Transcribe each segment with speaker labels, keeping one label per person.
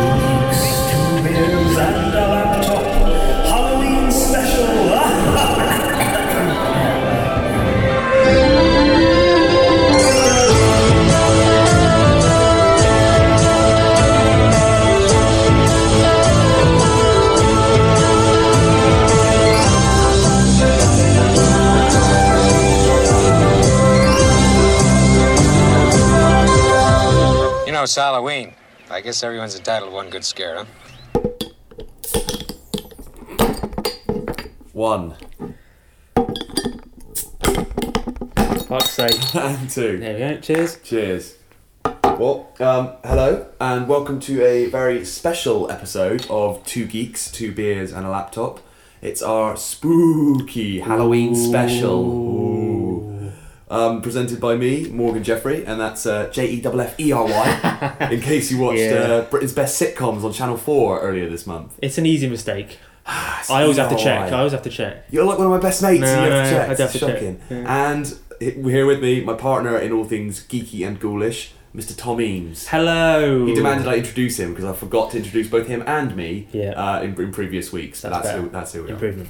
Speaker 1: Two beers and a laptop. Halloween special.
Speaker 2: You know, it's Halloween. I guess everyone's entitled to one good scare, huh?
Speaker 3: One
Speaker 4: Fuck's sake.
Speaker 3: and two.
Speaker 4: There we go. Cheers.
Speaker 3: Cheers. Well, um, hello and welcome to a very special episode of Two Geeks, Two Beers and a Laptop. It's our spooky Halloween special. Ooh. Um, presented by me, Morgan Jeffrey, and that's uh, J E F F E R Y. in case you watched
Speaker 4: Yeah.
Speaker 3: uh, Britain's Best Sitcoms on Channel 4 earlier this month.
Speaker 4: It's an easy mistake. I always have to check. I always have to check.
Speaker 3: You're like one of my best mates.
Speaker 4: No,
Speaker 3: and you have to
Speaker 4: no,
Speaker 3: check.
Speaker 4: I'd have
Speaker 3: It's
Speaker 4: to check.
Speaker 3: shocking. And he- here with me, my partner in all things geeky and ghoulish, Mr. Tom Eames.
Speaker 4: Hello.
Speaker 3: He demanded I introduce him because I forgot to introduce both him and me
Speaker 4: Yeah.
Speaker 3: uh, in, in previous weeks.
Speaker 4: That's
Speaker 3: that's,
Speaker 4: better.
Speaker 3: who, that's who we are.
Speaker 4: improvement.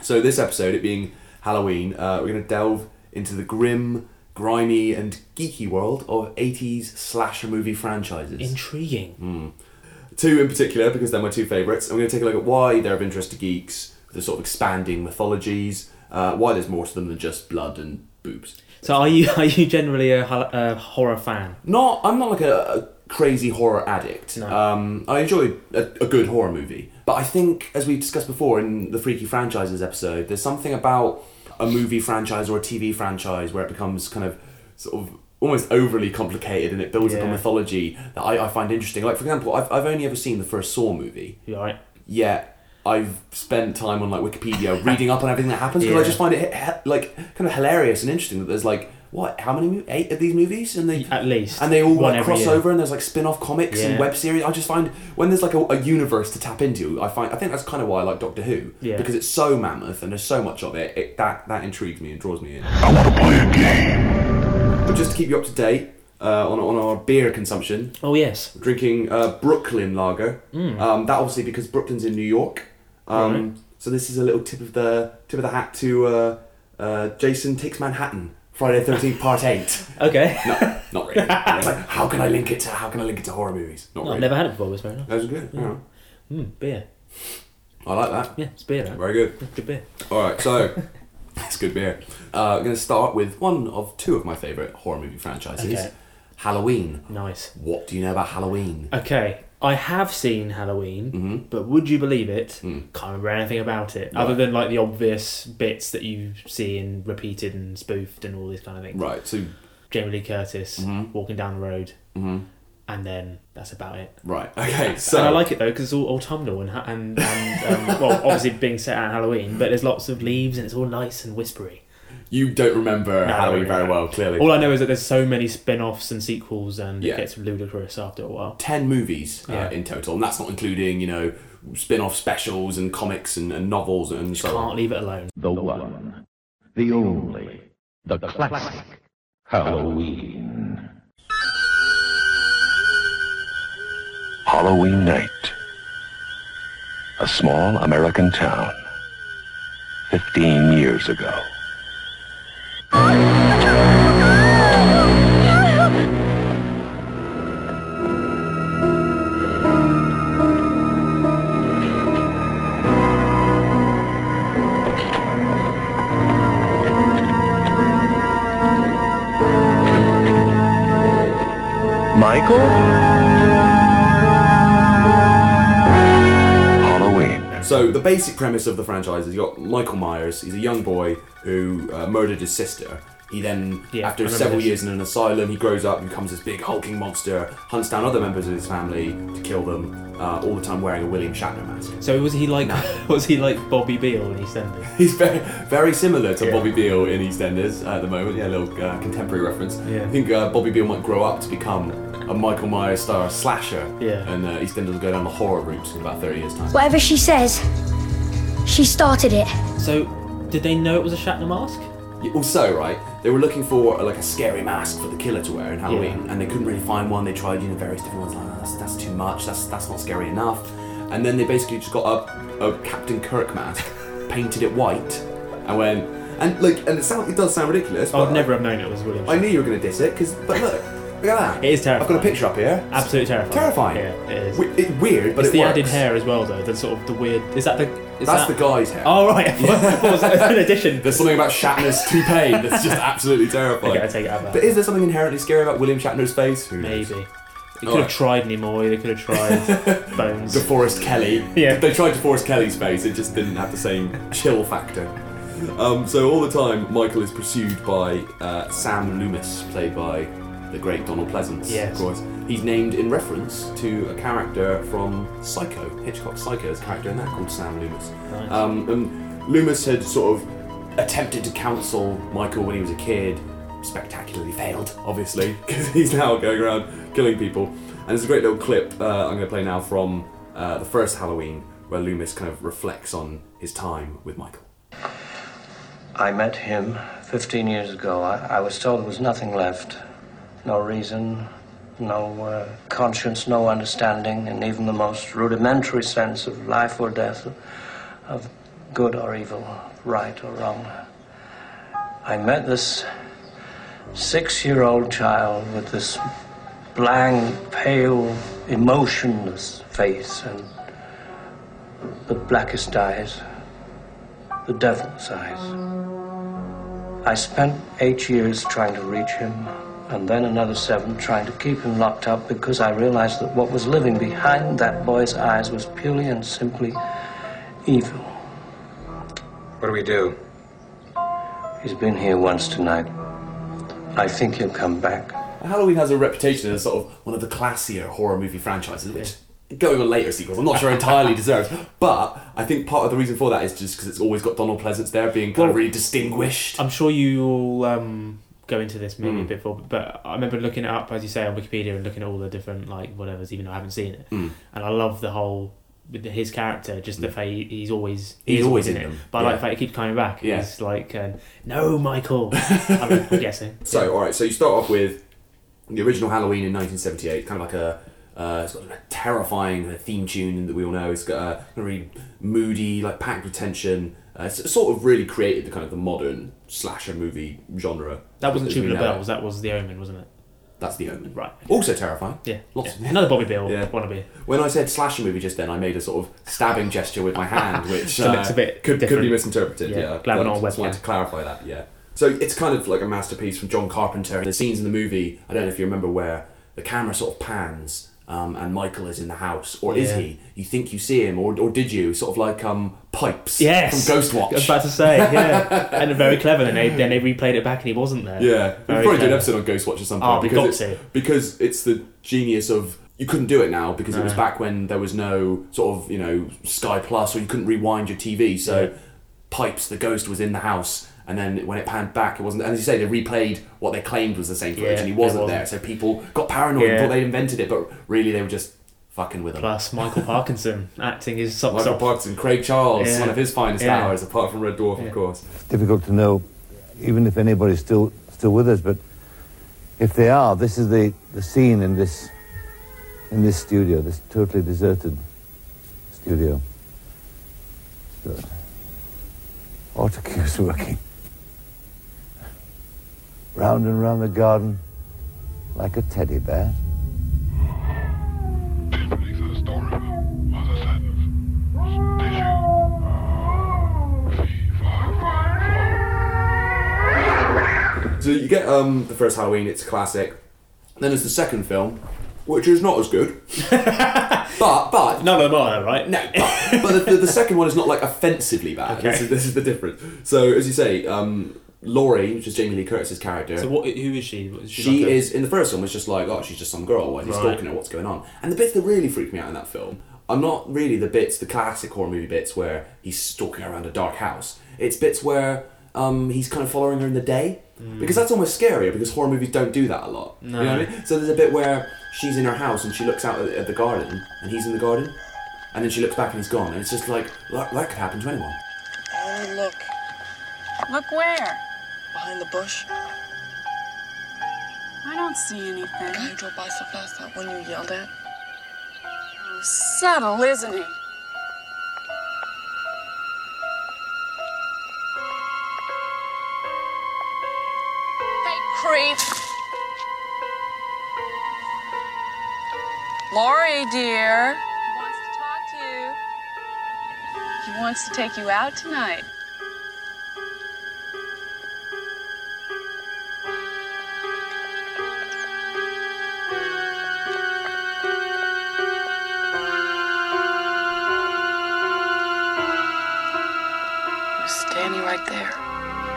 Speaker 3: So this episode, it being Halloween, uh, we're going to delve into the grim, grimy, and geeky world of 80s slasher movie franchises.
Speaker 4: Intriguing.
Speaker 3: Mm. Two in particular, because they're my two favourites. I'm going to take a look at why they're of interest to geeks, the sort of expanding mythologies, uh, why there's more to them than just blood and boobs.
Speaker 4: So are you are you generally a, hol- a horror fan?
Speaker 3: Not, I'm not like a, a crazy horror addict.
Speaker 4: No.
Speaker 3: Um, I enjoy a, a good horror movie, but I think, as we discussed before in the Freaky Franchises episode, there's something about a movie franchise or a TV franchise where it becomes kind of sort of almost overly complicated and it builds up a
Speaker 4: Yeah.
Speaker 3: mythology that I, I find interesting. Like, for example, I've, I've only ever seen the first Saw movie.
Speaker 4: You alright?
Speaker 3: yet I've spent time on like Wikipedia reading up on everything that happens because I
Speaker 4: Yeah.
Speaker 3: just find it he- he- like kind of hilarious and interesting that there's like what how many mo- eight of these movies and they
Speaker 4: At least.
Speaker 3: and they all
Speaker 4: One
Speaker 3: like,
Speaker 4: every
Speaker 3: cross
Speaker 4: year.
Speaker 3: over and there's like spin-off comics and
Speaker 4: Yeah.
Speaker 3: web series I just find when there's like a, a universe to tap into I find I think that's kind of why I like Doctor Who
Speaker 4: Yeah.
Speaker 3: because it's so mammoth and there's so much of it, it that that intrigues me and draws me in but just to keep you up to date uh, on, on our beer consumption
Speaker 4: Oh yes.
Speaker 3: drinking uh, Brooklyn Lager.
Speaker 4: Hmm.
Speaker 3: Um, that obviously because Brooklyn's in New York. Um, So this is a little tip of the tip of the hat to uh, uh, Jason Takes Manhattan, Friday the Thirteenth Part Eight.
Speaker 4: Okay.
Speaker 3: No, not really. It's like, how can I link it to how can I link it to horror movies? Not
Speaker 4: I've
Speaker 3: really.
Speaker 4: never had it before. It's very nice.
Speaker 3: That was good. yeah.
Speaker 4: Mm, beer.
Speaker 3: I like that.
Speaker 4: Yeah, it's beer. Right?
Speaker 3: Very good.
Speaker 4: Good beer.
Speaker 3: All right, so it's good beer. Uh, I'm going to start with one of two of my favorite horror movie franchises.
Speaker 4: Okay.
Speaker 3: Halloween.
Speaker 4: Nice.
Speaker 3: What do you know about Halloween?
Speaker 4: Okay, I have seen Halloween,
Speaker 3: Mm-hmm.
Speaker 4: but would you believe it?
Speaker 3: Mm.
Speaker 4: Can't remember anything about it other than like the obvious bits that you see in repeated and spoofed and all these kind of things.
Speaker 3: Right. So
Speaker 4: Jamie Lee Curtis
Speaker 3: Mm-hmm.
Speaker 4: walking down the road, and then that's about it.
Speaker 3: right. Okay. Mm-hmm. So
Speaker 4: and I like it though because it's all autumnal and ha- and, and um, well, obviously being set at Halloween, but there's lots of leaves and it's all nice and whispery.
Speaker 3: You don't remember
Speaker 4: No, I
Speaker 3: Halloween
Speaker 4: don't
Speaker 3: very
Speaker 4: remember.
Speaker 3: well, clearly.
Speaker 4: All I know is that there's so many spin-offs and sequels, and
Speaker 3: Yeah.
Speaker 4: it gets ludicrous after a while.
Speaker 3: Ten movies uh,
Speaker 4: Yeah.
Speaker 3: in total, and that's not including you know spin-off specials and comics and, and novels and so
Speaker 4: Can't
Speaker 3: on.
Speaker 4: leave it alone.
Speaker 5: the one, the only, the classic Halloween. Halloween night. A small American town. 15 years ago. Michael? Halloween.
Speaker 3: So the basic premise of the franchise is you got Michael Myers. He's a young boy who uh, murdered his sister. He then,
Speaker 4: Yeah, I
Speaker 3: after
Speaker 4: remember
Speaker 3: several
Speaker 4: this.
Speaker 3: years in an asylum, he grows up and becomes this big hulking monster. Hunts down other members of his family to kill them, uh, all the time wearing a William Shatner mask.
Speaker 4: So was he like was he like Bobby Beale in EastEnders?
Speaker 3: He's very, very similar to
Speaker 4: Yeah.
Speaker 3: Bobby Beale in EastEnders at the moment. Yeah, a little uh, contemporary reference.
Speaker 4: Yeah.
Speaker 3: I think uh, Bobby Beale might grow up to become a Michael Myers style slasher.
Speaker 4: Yeah.
Speaker 3: And uh, EastEnders will go down the horror route in about 30 years' time.
Speaker 6: Whatever she says, she started it.
Speaker 4: So, did they know it was a Shatner mask?
Speaker 3: Also, right, they were looking for like a scary mask for the killer to wear in Halloween,
Speaker 4: Yeah.
Speaker 3: and they couldn't really find one. They tried, you know, various different ones. Like, "Ah, that's, that's too much. That's that's not scary enough. And then they basically just got up a Captain Kirk mask, painted it white, and went and like and it sound it does sound ridiculous.
Speaker 4: I
Speaker 3: but
Speaker 4: would Oh, never have known it was William.
Speaker 3: Uh, I
Speaker 4: Shatner.
Speaker 3: knew you were going to diss it because, but look, look at that.
Speaker 4: It is terrifying.
Speaker 3: I've got a picture up here.
Speaker 4: Absolutely terrifying.
Speaker 3: terrifying.
Speaker 4: Yeah, it is.
Speaker 3: We- it- weird, but
Speaker 4: it's
Speaker 3: it
Speaker 4: the
Speaker 3: works.
Speaker 4: added hair as well, though. The sort of the weird. Is that the? Is
Speaker 3: That's
Speaker 4: that...
Speaker 3: the guy's hair.
Speaker 4: Oh right. What was that? An addition.
Speaker 3: There's something about Shatner's toupee that's just absolutely terrifying.
Speaker 4: Okay, I take it out of that.
Speaker 3: But is there something inherently scary about William Shatner's face? Who knows?
Speaker 4: Maybe. They could
Speaker 3: Alright.
Speaker 4: have tried Nimoy. They could have tried Bones.
Speaker 3: DeForest Kelly.
Speaker 4: Yeah.
Speaker 3: They tried DeForest Kelly's face, it just didn't have the same chill factor. Um, so all the time, Michael is pursued by uh, Sam Loomis, played by the great Donald Pleasance.
Speaker 4: Yes.
Speaker 3: Of course. He's named in reference to a character from Psycho, Hitchcock's Psycho's character in that called Sam Loomis.
Speaker 4: Nice.
Speaker 3: Um, and Loomis had sort of attempted to counsel Michael when he was a kid, spectacularly failed, obviously, because he's now going around killing people. And there's a great little clip uh, I'm going to play now from uh, the first Halloween where Loomis kind of reflects on his time with Michael.
Speaker 6: I met him 15 years ago. I, I was told there was nothing left no reason, no uh, conscience, no understanding, and even the most rudimentary sense of life or death, of good or evil, right or wrong. I met this six year old child with this blank, pale, emotionless face and the blackest eyes the devil's eyes. I spent eight years trying to reach him, and then another seven trying to keep him locked up because I realized that what was living behind that boy's eyes was purely and simply evil.
Speaker 2: What do we do?
Speaker 6: He's been here once tonight. I think he'll come back.
Speaker 3: Halloween has a reputation as sort of one of the classier horror movie franchises, which going on later sequels, I'm not sure entirely deserves. But I think part of the reason for that is just because it's always got Donald Pleasance there being kind of
Speaker 4: Well-
Speaker 3: really distinguished.
Speaker 4: I'm sure you'll um, go into this
Speaker 3: Hmm.
Speaker 4: maybe a bit more, but I remember looking it up as you say on Wikipedia and looking at all the different like whatever's, even though I haven't seen it.
Speaker 3: Hmm.
Speaker 4: And I love the whole with his character, just the fact he- he's always he
Speaker 3: He's
Speaker 4: is
Speaker 3: always
Speaker 4: in,
Speaker 3: in
Speaker 4: it.
Speaker 3: them,
Speaker 4: But I
Speaker 3: yeah.
Speaker 4: like the fact he keeps coming back.
Speaker 3: Yeah.
Speaker 4: He's like, um, no, Michael. I'm, I'm guessing.
Speaker 3: So, all right. So you start off with the original Halloween in 1978, kind of like a. Uh, it's got a terrifying uh, theme tune that we all know. It's got a very moody, like packed with tension. Uh, it's sort of really created the kind of the modern slasher movie genre.
Speaker 4: That wasn't
Speaker 3: as we
Speaker 4: Tubular
Speaker 3: know it.
Speaker 4: Bells. That was The Omen, wasn't it?
Speaker 3: That's the Omen.
Speaker 4: Right.
Speaker 3: Also terrifying.
Speaker 4: Yeah.
Speaker 3: Lots
Speaker 4: Yeah.
Speaker 3: of
Speaker 4: Another Bobby Bill
Speaker 3: Yeah.
Speaker 4: wannabe.
Speaker 3: When I said slasher movie just then, I made a sort of stabbing gesture with my hand, which
Speaker 4: So
Speaker 3: uh,
Speaker 4: that's a bit
Speaker 3: could, could be
Speaker 4: different.
Speaker 3: misinterpreted.
Speaker 4: Yeah,
Speaker 3: Yeah,
Speaker 4: glad we're not on
Speaker 3: just wanted
Speaker 4: webcam.
Speaker 3: to clarify that. Yeah, so it's kind of like a masterpiece from John Carpenter. The scenes in the movie, I don't know if you remember, where the camera sort of pans. Um, and Michael is in the house, or is
Speaker 4: Yeah.
Speaker 3: he? You think you see him, or, or did you? Sort of like um, pipes
Speaker 4: Yes.
Speaker 3: from Ghostwatch.
Speaker 4: I was about to say, yeah. and very clever. And they, then they replayed it back and he wasn't there.
Speaker 3: Yeah, we'll
Speaker 4: Very
Speaker 3: probably do an
Speaker 4: clever.
Speaker 3: episode on Ghostwatch or something.
Speaker 4: Oh, we've
Speaker 3: because
Speaker 4: got
Speaker 3: it's,
Speaker 4: to.
Speaker 3: Because it's the genius of you couldn't do it now because it was back when there was no sort of you know Sky Plus or you couldn't rewind your TV. So pipes, the ghost was in the house, and then when it panned back, it wasn't. And as you say, they replayed what they claimed was the same footage,
Speaker 4: Yeah,
Speaker 3: and he
Speaker 4: it
Speaker 3: wasn't,
Speaker 4: wasn't.
Speaker 3: there. So people got paranoid, and
Speaker 4: Yeah.
Speaker 3: thought they invented it, but really they were just fucking with them.
Speaker 4: Plus Michael Parkinson acting his socks
Speaker 3: Michael
Speaker 4: off.
Speaker 3: Parkinson, Craig Charles,
Speaker 4: Yeah.
Speaker 3: one of his finest
Speaker 4: Yeah.
Speaker 3: hours, apart from Red Dwarf, of course.
Speaker 7: difficult to know, even if anybody's still still with us. But if they are, this is the, the scene in this in this studio, this totally deserted studio. Good. Auto cues working. Round and round the garden like a teddy bear.
Speaker 8: Police at the store. Mother Sadness. Tissue. Fee, five, five, five.
Speaker 3: So you get um, the first Halloween, it's a classic. Then there's the second film, which is not as good. but but
Speaker 4: None of them are, though, right?
Speaker 3: no, but, but the, the, the second one is not like offensively bad. This, is, this is the difference. So as you say, um, Laurie, which is Jamie Lee Curtis's character,
Speaker 4: So what? Who is she? Is
Speaker 3: she
Speaker 4: like a-
Speaker 3: is in the first one was just like, oh, she's just some girl. Why is he
Speaker 4: Right.
Speaker 3: stalking her? What's going on? And the bits that really freaked me out in that film are not really the bits, the classic horror movie bits where he's stalking her around a dark house. It's bits where um, he's kind of following her in the day
Speaker 4: Mm.
Speaker 3: because that's almost scarier because horror movies don't do that a lot. No. You know what I mean? So there's a bit where she's in her house and she looks out at, at the garden and he's in the garden, and then she looks back and he's gone. And it's just like that, that could happen to anyone.
Speaker 9: Look where? behind the bush?
Speaker 10: I don't see anything.
Speaker 9: Guy who drove by so fast that when you yelled at?
Speaker 10: Subtle, isn't he? Hey, creep. Lori, dear. He wants to talk to you. He wants to take you out tonight.
Speaker 9: You're standing right there.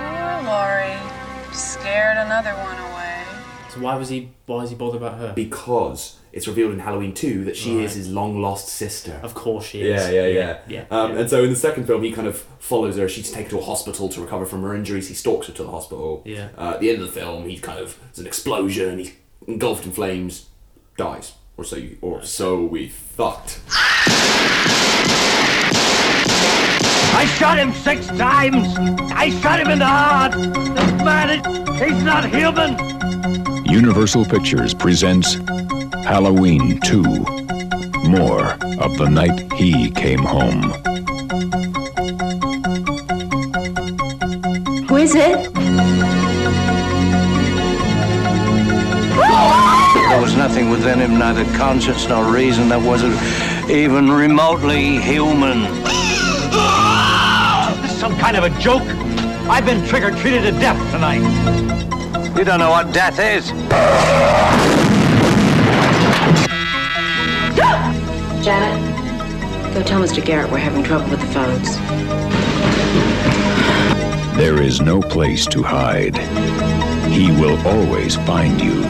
Speaker 10: Poor Lori. Scared another one away.
Speaker 4: So why was he? Why is he bothered about her?
Speaker 3: because it's revealed in Halloween 2 that she is his long lost sister.
Speaker 4: Of course she is.
Speaker 3: Yeah, yeah, yeah.
Speaker 4: yeah.
Speaker 3: um,
Speaker 4: yeah.
Speaker 3: And so in the second film, he kind of follows her. She's taken to a hospital to recover from her injuries. He stalks her to the hospital.
Speaker 4: Yeah.
Speaker 3: Uh, at the end of the film, he kind of there's an explosion. He's engulfed in flames, dies, or so you, or so we thought.
Speaker 5: I shot him six times. I shot him in the heart. The man, he's not human.
Speaker 11: Universal Pictures presents Halloween 2 More of the Night He Came Home.
Speaker 9: Who is it?
Speaker 6: There was nothing within him, neither conscience nor reason, that wasn't even remotely human.
Speaker 5: This is some kind of a joke. I've been trigger treated to death tonight.
Speaker 6: You don't know what death is.
Speaker 9: Janet, go tell Mr. Garrett we're having trouble with the phones.
Speaker 11: There is no place to hide. He will always find you.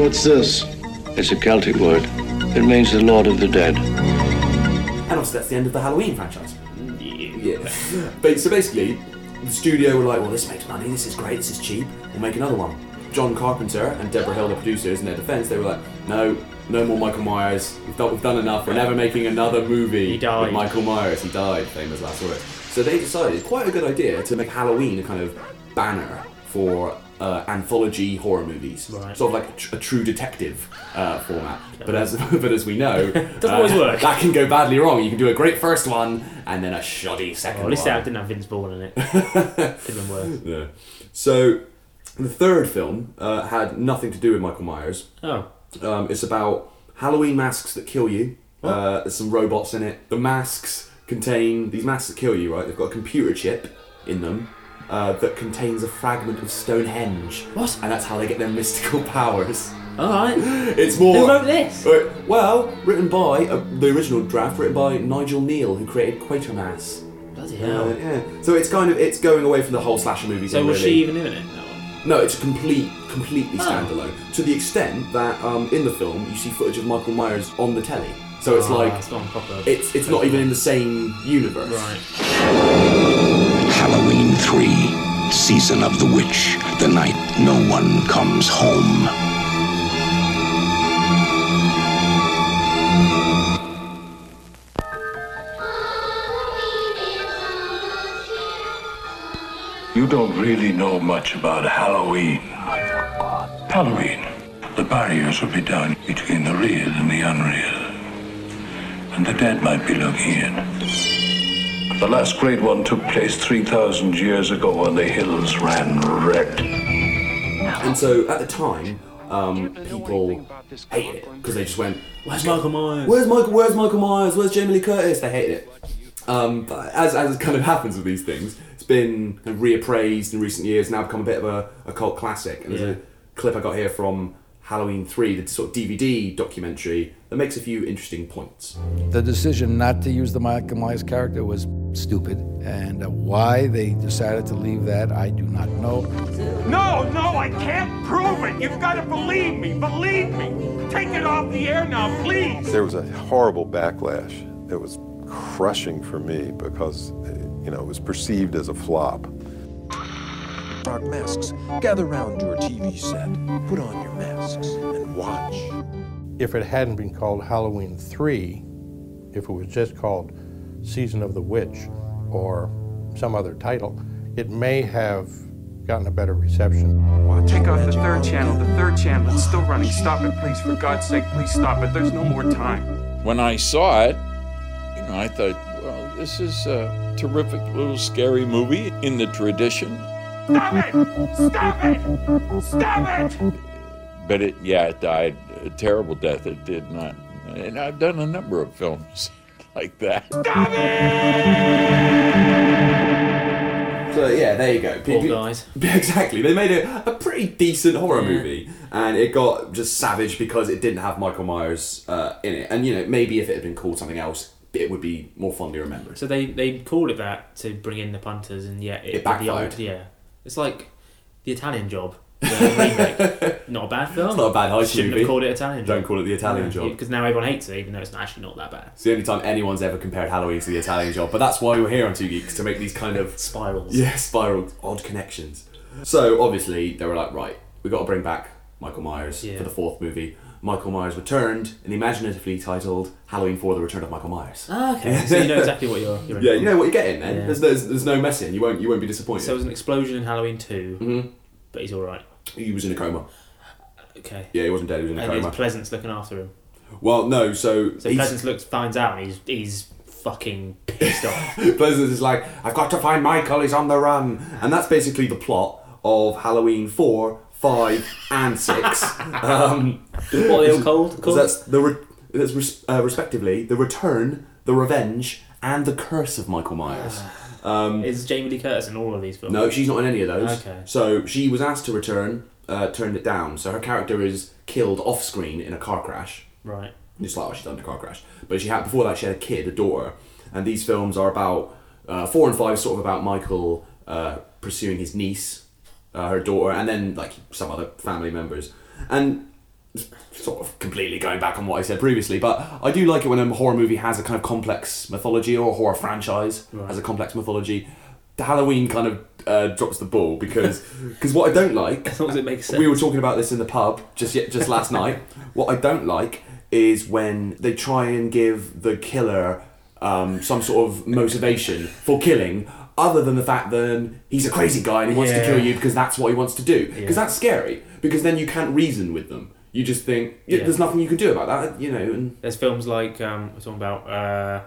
Speaker 6: What's this? It's a Celtic word. It means the Lord of the Dead.
Speaker 3: And also, that's the end of the Halloween franchise. Yeah. But so basically, the studio were like, well, this makes money, this is great, this is cheap, we'll make another one. John Carpenter and Deborah Hill, the producers, in their defense, they were like, no, no more Michael Myers, we've done, we've done enough, we're never making another movie
Speaker 4: He died.
Speaker 3: with Michael Myers. He died, famous last words. So they decided, quite a good idea, to make Halloween a kind of banner for uh, anthology horror movies.
Speaker 4: Right.
Speaker 3: Sort of like a, tr- a true detective uh, format. But as, but as we know, uh,
Speaker 4: Doesn't always work.
Speaker 3: That can go badly wrong. You can do a great first one and then a shoddy second
Speaker 4: Well, at least
Speaker 3: one.
Speaker 4: that didn't have Vince Vaughn in it. Could have been worse.
Speaker 3: Yeah. So the third film uh, had nothing to do with Michael Myers.
Speaker 4: Oh,
Speaker 3: Um, it's about Halloween masks that kill you. Uh, there's some robots in it. The masks contain these masks that kill you, right? They've got a computer chip in them uh, that contains a fragment of Stonehenge.
Speaker 4: What?
Speaker 3: And that's how they get their mystical powers.
Speaker 4: all right.
Speaker 3: It's more.
Speaker 4: Who wrote this?
Speaker 3: Uh, well, written by uh, the original draft, written by Nigel Neal, who created Quatermass.
Speaker 4: Bloody
Speaker 3: Uh,
Speaker 4: hell.
Speaker 3: yeah. So it's kind of it's going away from the whole slasher movie.
Speaker 4: So
Speaker 3: thing,
Speaker 4: was
Speaker 3: really.
Speaker 4: she even in it? That one.
Speaker 3: No, it's a complete, completely standalone. To the extent that um, in the film you see footage of Michael Myers on the telly. So it's
Speaker 4: Ah,
Speaker 3: like
Speaker 4: it's gone proper.
Speaker 3: it's it's not even in the same universe.
Speaker 4: Right.
Speaker 11: Halloween 3 Season of the Witch, the night no one comes home.
Speaker 5: You don't really know much about Halloween. Halloween. The barriers will be down between the real and the unreal. And the dead might be looking in. The last great one took place 3,000 years ago when the hills ran red.
Speaker 3: And so at the time, um, people hated it because they just went,
Speaker 4: Where's Michael Myers?
Speaker 3: Where's Michael? Where's Michael Myers? Where's Jamie Lee Curtis? They hated it. Um, but as as kind of happens with these things, it's been kind of reappraised in recent years. Now become a bit of a, a cult classic. And there's
Speaker 4: Yeah.
Speaker 3: a clip I got here from Halloween Three, the sort of DVD documentary that makes a few interesting points.
Speaker 5: The decision not to use the Michael Myers character was stupid, and why they decided to leave that, I do not know.
Speaker 8: No, no, I can't prove it. You've got to believe me. Believe me. Take it off the air now, please.
Speaker 5: There was a horrible backlash that was crushing for me because, eh, you know, it was perceived as a flop.
Speaker 11: Dark masks, gather round your TV set, put on your masks, and watch.
Speaker 5: If it hadn't been called Halloween 3, if it was just called Season of the Witch,
Speaker 12: or some other title, it may have gotten a better reception.
Speaker 13: Take off the third channel. The third channel. It's still running. Stop it, please. For God's sake, please stop it. There's no more time.
Speaker 14: When I saw it, you know, I thought, well, this is a terrific little scary movie in the tradition.
Speaker 8: Stop it! Stop it! Stop it!
Speaker 14: But it, yeah, it died a terrible death. It did not. And I've done a number of films like that.
Speaker 8: Stop
Speaker 3: So yeah, there you go.
Speaker 4: Poor guys.
Speaker 3: Exactly. They made a, a pretty decent horror movie, and it got just savage because it didn't have Michael Myers uh, in it. And you know, maybe if it had been called something else, it would be more fondly remembered.
Speaker 4: So they, they called it that to bring in the punters, and yet it,
Speaker 3: It backfired.
Speaker 4: The old, yeah, it's like the Italian Job. the remake. not a bad film.
Speaker 3: It's not a bad heist
Speaker 4: Shouldn't
Speaker 3: movie.
Speaker 4: have called it Italian Job.
Speaker 3: Don't call it The Italian Job.
Speaker 4: because now everyone hates it, even though it's actually not that bad.
Speaker 3: It's the only time anyone's ever compared Halloween to the Italian job, but that's why we're here on Two Geeks to make these kind of
Speaker 4: spirals.
Speaker 3: Yeah, spiral odd connections. So obviously they were like, right, we got to bring back Michael Myers
Speaker 4: Yeah.
Speaker 3: for the fourth movie. Michael Myers returned, and imaginatively titled Halloween Four: The Return of Michael Myers.
Speaker 4: Ah, okay. So you know exactly what you're- you're in
Speaker 3: yeah,
Speaker 4: for.
Speaker 3: you know what you're getting, man.
Speaker 4: Yeah.
Speaker 3: There's, there's there's no messing. You won't you won't be disappointed.
Speaker 4: So there was an explosion in Halloween 2
Speaker 3: Mm-hmm.
Speaker 4: but he's all right.
Speaker 3: he was in a coma.
Speaker 4: Okay.
Speaker 3: Yeah, he wasn't dead. He was in a
Speaker 4: And
Speaker 3: coma.
Speaker 4: it's Pleasance looking after him.
Speaker 3: well, no. So,
Speaker 4: So
Speaker 3: he's-
Speaker 4: Pleasance looks finds out, and he's he's fucking pissed off.
Speaker 3: Pleasance is like, I've got to find Michael, he's on the run. And that's basically the plot of Halloween 4, 5, and 6. um,
Speaker 4: What are they all called- called?
Speaker 3: That's, the re- that's res- uh, respectively The Return, The Revenge, and The Curse of Michael Myers.
Speaker 4: Ah.
Speaker 3: Um,
Speaker 4: Is Jamie Lee Curtis in all of these films?
Speaker 3: no, she's not in any of those.
Speaker 4: Okay.
Speaker 3: So she was asked to return, uh, turned it down. So her character is killed off screen in a car crash.
Speaker 4: Right.
Speaker 3: Just like, oh, she's done a car crash. But she had before that, she had a kid, a daughter. And these films are about uh, four and five, sort of about Michael uh, pursuing his niece, uh, her daughter, and then like some other family members. And sort of completely going back on what I said previously, but I do like it when a horror movie has a kind of complex mythology or a horror franchise has a complex mythology. The Halloween kind of uh, drops the ball because because what I don't like
Speaker 4: As long as it makes sense.
Speaker 3: we were talking about this in the pub just yet, just last night. What I don't like is when they try and give the killer um, some sort of motivation for killing, other than the fact that he's a crazy guy and he wants to
Speaker 15: Yeah.
Speaker 3: kill you because that's what he wants to do. Because
Speaker 15: Yeah.
Speaker 3: that's scary. Because then you can't reason with them. You just think y
Speaker 4: Yeah.
Speaker 3: there's nothing you can do about that. You know, and
Speaker 4: There's films like um, we're talking about uh,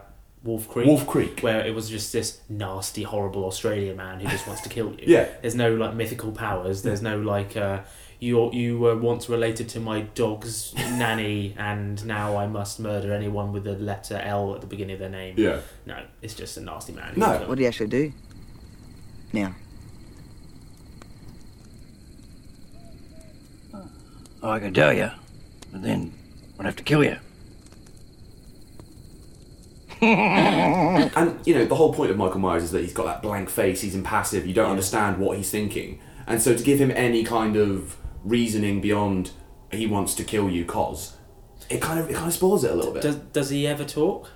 Speaker 4: Wolf Creek.
Speaker 3: Wolf Creek,
Speaker 4: where it was just this nasty, horrible Australian man who just wants to kill you.
Speaker 3: Yeah.
Speaker 4: There's no like mythical powers. There's no like uh, you you were once related to my dog's nanny, and now I must murder anyone with the letter L at the beginning of their name.
Speaker 16: Yeah.
Speaker 4: No, it's just a nasty man.
Speaker 16: What do you actually do? Now.
Speaker 17: Oh, I can tell you, but then I'd have to kill you.
Speaker 3: and you know the whole point of Michael Myers is that he's got that blank face. He's impassive. You don't understand what he's thinking. And so to give him any kind of reasoning beyond he wants to kill you, cause it kind of it kind of spoils it a little bit.
Speaker 4: Does does he ever talk?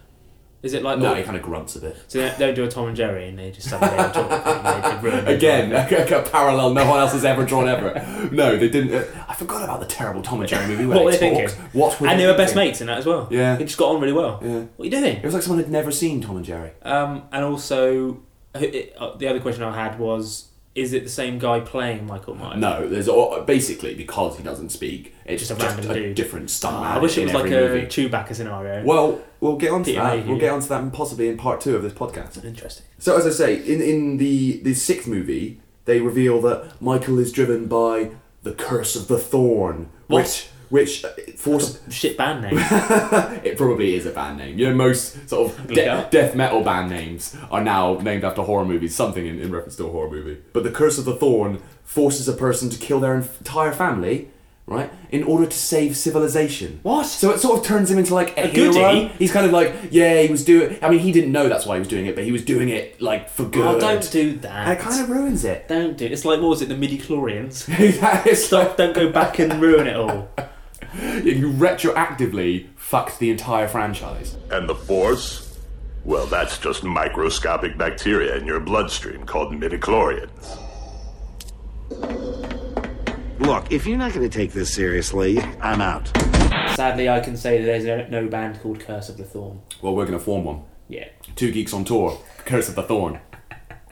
Speaker 4: Is it like
Speaker 3: no, he kind of grunts a bit.
Speaker 4: So they don't do a Tom and Jerry, and they just suddenly don't talk. and they- they ruin it.
Speaker 3: Again, a, parallel no one else has ever drawn ever. No, they didn't. uh, I forgot about the terrible Tom and Jerry movie where
Speaker 4: What were
Speaker 3: they
Speaker 4: they thinking?
Speaker 3: talked. What were
Speaker 4: and they were best
Speaker 3: thinking?
Speaker 4: mates in that as well.
Speaker 3: Yeah.
Speaker 4: They just got on really well.
Speaker 3: Yeah.
Speaker 4: What are you doing?
Speaker 3: It was like someone had never seen Tom and Jerry.
Speaker 4: Um, and also, who- it, uh, the other question I had was, is it the same guy playing Michael Myers?
Speaker 3: No, there's all, basically because he doesn't speak. It's
Speaker 4: Just a
Speaker 3: just,
Speaker 4: random
Speaker 3: a
Speaker 4: dude. Ah,
Speaker 3: different stuntman.
Speaker 4: I wish it was
Speaker 3: in
Speaker 4: like
Speaker 3: every
Speaker 4: a
Speaker 3: movie.
Speaker 4: Chewbacca scenario.
Speaker 3: Well, we'll get onto
Speaker 4: Peter
Speaker 3: that.
Speaker 4: Mayhew.
Speaker 3: We'll get onto that and possibly in part two of this podcast.
Speaker 4: Interesting.
Speaker 3: So as I say, in in the the sixth movie, they reveal that Michael is driven by the curse of the thorn,
Speaker 4: What?
Speaker 3: which which uh, force
Speaker 4: shit band name.
Speaker 3: it probably is a band name. You know, most sort of
Speaker 4: Look it
Speaker 3: de-
Speaker 4: up.
Speaker 3: death metal band names are now named after horror movies, something in, in reference to a horror movie. But the curse of the thorn forces a person to kill their entire family. Right, in order to save civilization. What? So it sort of turns him into like a,
Speaker 15: A
Speaker 3: hero.
Speaker 15: goodie?
Speaker 3: He's kind of like, yeah, he was doing. I mean, he didn't know that's why he was doing it, but he was doing it like for good.
Speaker 4: Oh, don't do that.
Speaker 3: And it kind of ruins it.
Speaker 4: Don't do. It's like what was it? The midi chlorians.
Speaker 3: Stop!
Speaker 4: Don't go back and ruin it all.
Speaker 3: you retroactively fucked the entire franchise.
Speaker 18: And the force? Well, that's just microscopic bacteria in your bloodstream called midichlorians.
Speaker 19: Look, if you're not going to take this seriously, I'm out.
Speaker 4: Sadly, I can say that there's no, no band called Curse of the Thorn.
Speaker 3: Well, we're going to form one.
Speaker 4: Yeah.
Speaker 3: Two Geeks on Tour, Curse of the Thorn.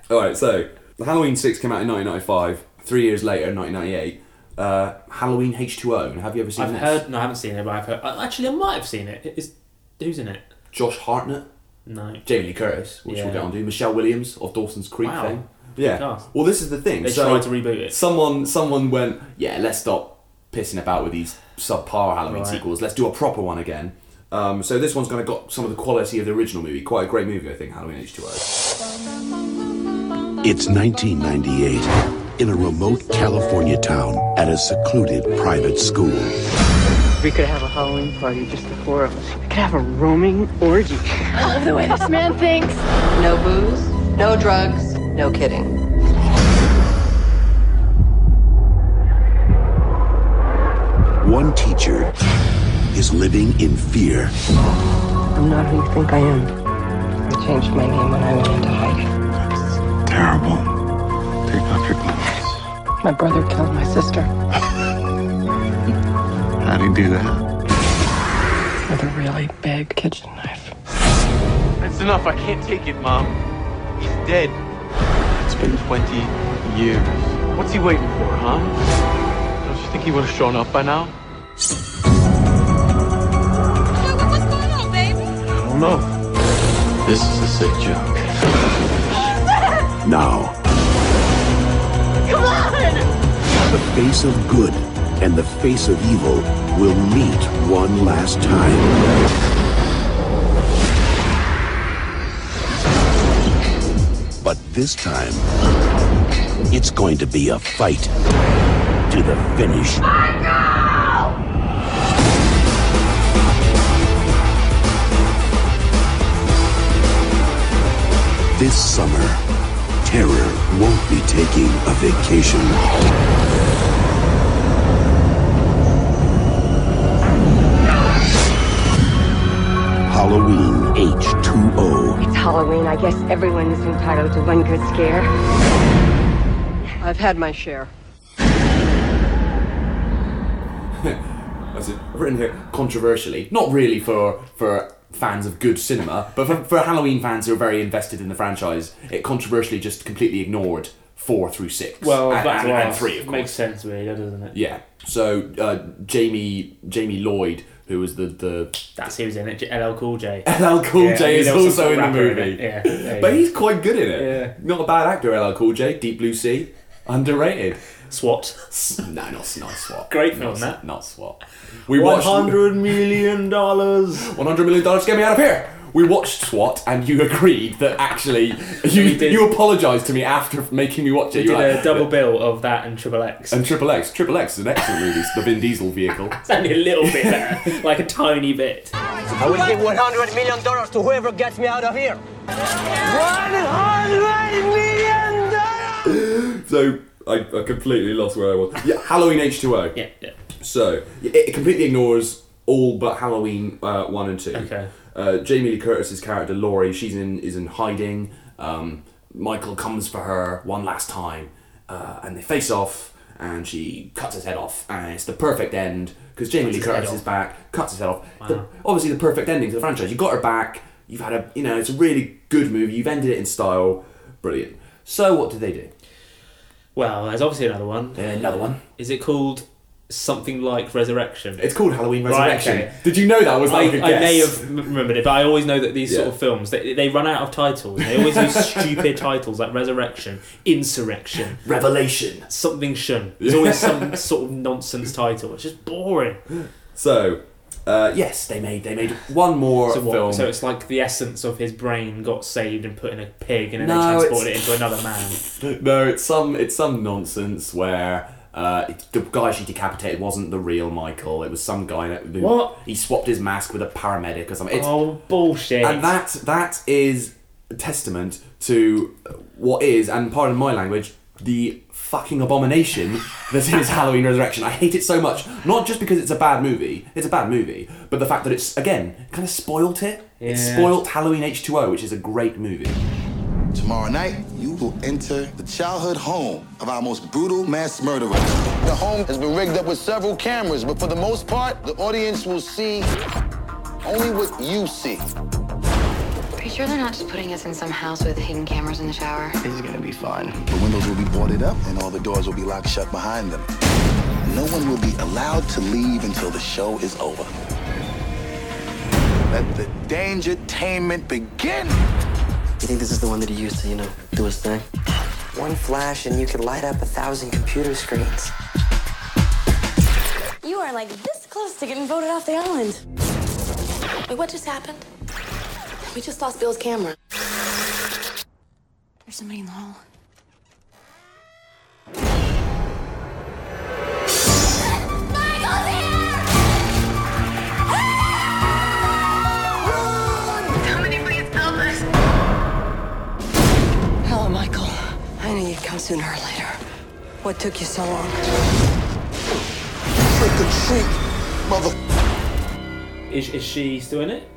Speaker 3: All right, so Halloween 6 came out in 1995. Three years later, 1998, uh, Halloween H2O. Have you ever seen
Speaker 4: I've
Speaker 3: this?
Speaker 4: heard. No, I haven't seen it, but I've heard. uh, Actually, I might have seen it. It Is who's in it?
Speaker 3: Josh Hartnett.
Speaker 4: No.
Speaker 3: Jamie Lee Curtis, which
Speaker 4: Yeah.
Speaker 3: we'll get on to. Michelle Williams of Dawson's Creek
Speaker 4: Wow.
Speaker 3: fame.
Speaker 4: Good
Speaker 3: Yeah.
Speaker 4: cast.
Speaker 3: Well, this is the thing.
Speaker 4: They
Speaker 3: so
Speaker 4: tried to reboot it.
Speaker 3: Someone, someone went, yeah, let's stop pissing about with these subpar Halloween
Speaker 4: Right.
Speaker 3: sequels. Let's do a proper one again. Um, so this one's kind of got some of the quality of the original movie. Quite a great movie, I think. Halloween H2O.
Speaker 11: It's 1998 in a remote California town at a secluded private school.
Speaker 20: We could have a Halloween party, just the four of us. We could have a roaming orgy.
Speaker 21: I love the way this man thinks. No booze, no drugs, no kidding.
Speaker 11: One teacher is living in fear.
Speaker 20: I'm not who you think I am. I changed my name when I went into hiding.
Speaker 11: Terrible. Take off your gloves.
Speaker 20: My brother killed my sister
Speaker 11: How'd he do that?
Speaker 20: with a really big kitchen knife.
Speaker 14: That's enough. I can't take it, Mom. He's dead. It's been 20 years. What's he waiting for, huh? Don't you think he would have shown up by now?
Speaker 11: I don't know. This is a sick joke. Now,
Speaker 22: Come on!
Speaker 11: the face of good and the face of evil will meet one last time. But this time, it's going to be a fight to the finish. This summer, terror won't be taking a vacation. Halloween H2O.
Speaker 21: It's Halloween. I guess everyone is entitled to one good scare. I've had my share.
Speaker 3: As it- I've written here controversially, not really for for fans of good cinema, but for, for Halloween fans who are very invested in the franchise. It controversially just completely ignored four through six.
Speaker 4: Well,
Speaker 3: and,
Speaker 4: that's
Speaker 3: and-
Speaker 4: what I
Speaker 3: and
Speaker 4: was-
Speaker 3: three, of course.
Speaker 4: Makes sense, really, doesn't it?
Speaker 3: Yeah. So uh, Jamie Jamie Lloyd, who was the the
Speaker 4: That's who's in it. J- LL Cool J.
Speaker 3: LL Cool
Speaker 4: Yeah,
Speaker 3: J
Speaker 4: he's
Speaker 3: is
Speaker 4: also
Speaker 3: also in the
Speaker 4: rapper in it,
Speaker 3: movie.
Speaker 4: yeah. There you
Speaker 3: but
Speaker 4: go.
Speaker 3: he's quite good in it.
Speaker 4: Yeah.
Speaker 3: Not a bad actor, LL Cool J. Deep Blue Sea, underrated.
Speaker 4: SWAT.
Speaker 3: No, not not SWAT.
Speaker 4: Great
Speaker 3: not,
Speaker 4: film, that.
Speaker 3: Not SWAT. We watched
Speaker 4: million dollars.
Speaker 3: One hundred million dollars. Get me out of here. We watched SWAT, and you agreed that actually you you apologised to me after making me watch it.
Speaker 4: We did
Speaker 3: You were
Speaker 4: a
Speaker 3: like,
Speaker 4: double bill of that and Triple X.
Speaker 3: and Triple X. Triple X is an excellent movie. It's the Vin Diesel vehicle.
Speaker 4: It's only a little bit better, like a tiny bit.
Speaker 13: I will give 100 million dollars to whoever gets me out of here. 100 million dollars!
Speaker 3: so I, I completely lost where I was. Yeah, Halloween H two O.
Speaker 4: Yeah, yeah.
Speaker 3: So it it completely ignores all but Halloween uh, one and two.
Speaker 4: Okay.
Speaker 3: Uh, Jamie Lee Curtis's character Laurie, she's in is in hiding. Um, Michael comes for her one last time, uh, and they face off. And she cuts his head off, and it's the perfect end because Jamie
Speaker 4: Cuts
Speaker 3: Lee
Speaker 4: his head
Speaker 3: Curtis
Speaker 4: off.
Speaker 3: is back, cuts his head off.
Speaker 4: Wow.
Speaker 3: The- obviously, the perfect ending to the franchise. You got her back. You've had a, you know, it's a really good movie. You've ended it in style. Brilliant. So, what did they do?
Speaker 4: Well, there's obviously another one.
Speaker 3: another one.
Speaker 4: Is it called something like Resurrection?
Speaker 3: It's called Halloween
Speaker 4: Right,
Speaker 3: Resurrection.
Speaker 4: okay.
Speaker 3: Did you know that was like
Speaker 4: I,
Speaker 3: a
Speaker 4: I
Speaker 3: guess?
Speaker 4: may have m- remembered it, but I always know that these
Speaker 3: Yeah.
Speaker 4: sort of films they, they run out of titles. They always use stupid titles like Resurrection, Insurrection,
Speaker 3: Revelation,
Speaker 4: something shun. There's always some sort of nonsense title. It's just boring.
Speaker 3: So, uh, yes, they made they made one more
Speaker 4: so, what-
Speaker 3: film.
Speaker 4: so it's like the essence of his brain got saved and put in a pig, and then
Speaker 3: No,
Speaker 4: they transported
Speaker 3: it's-
Speaker 4: it into another man.
Speaker 3: no, it's some it's some nonsense where uh, it- the guy she decapitated wasn't the real Michael. It was some guy that who-
Speaker 4: What?
Speaker 3: he swapped his mask with a paramedic or something. It's,
Speaker 4: oh bullshit!
Speaker 3: And that that is a testament to what is, and pardon my language, the fucking abomination that is Halloween Resurrection. I hate it so much. Not just because it's a bad movie, it's a bad movie, but the fact that it's again kind of spoilt it. It
Speaker 23: Yeah.
Speaker 3: spoilt Halloween H2O, which is a great movie.
Speaker 23: Tomorrow night, you will enter the childhood home of our most brutal mass murderer. The home has been rigged up with several cameras, but for the most part, the audience will see only what you see.
Speaker 2: you sure they're not just putting us in some house with hidden cameras in the shower?
Speaker 24: This is gonna be fun. The windows will be boarded up and all the doors will be locked shut behind them. No one will be allowed to leave until the show is over. Let the dangertainment begin.
Speaker 25: You think this is the one that he used to, you know, do his thing? One flash and you could light up a thousand computer screens.
Speaker 7: You are like this close to getting voted off the island. Wait, what just happened? We just lost Bill's camera. There's somebody in the hall.
Speaker 2: Somebody please help us.
Speaker 16: Hello, Michael. I knew you'd come sooner or later. What took you so long?
Speaker 24: Trick or treat, mother.
Speaker 4: Is, is she still in it?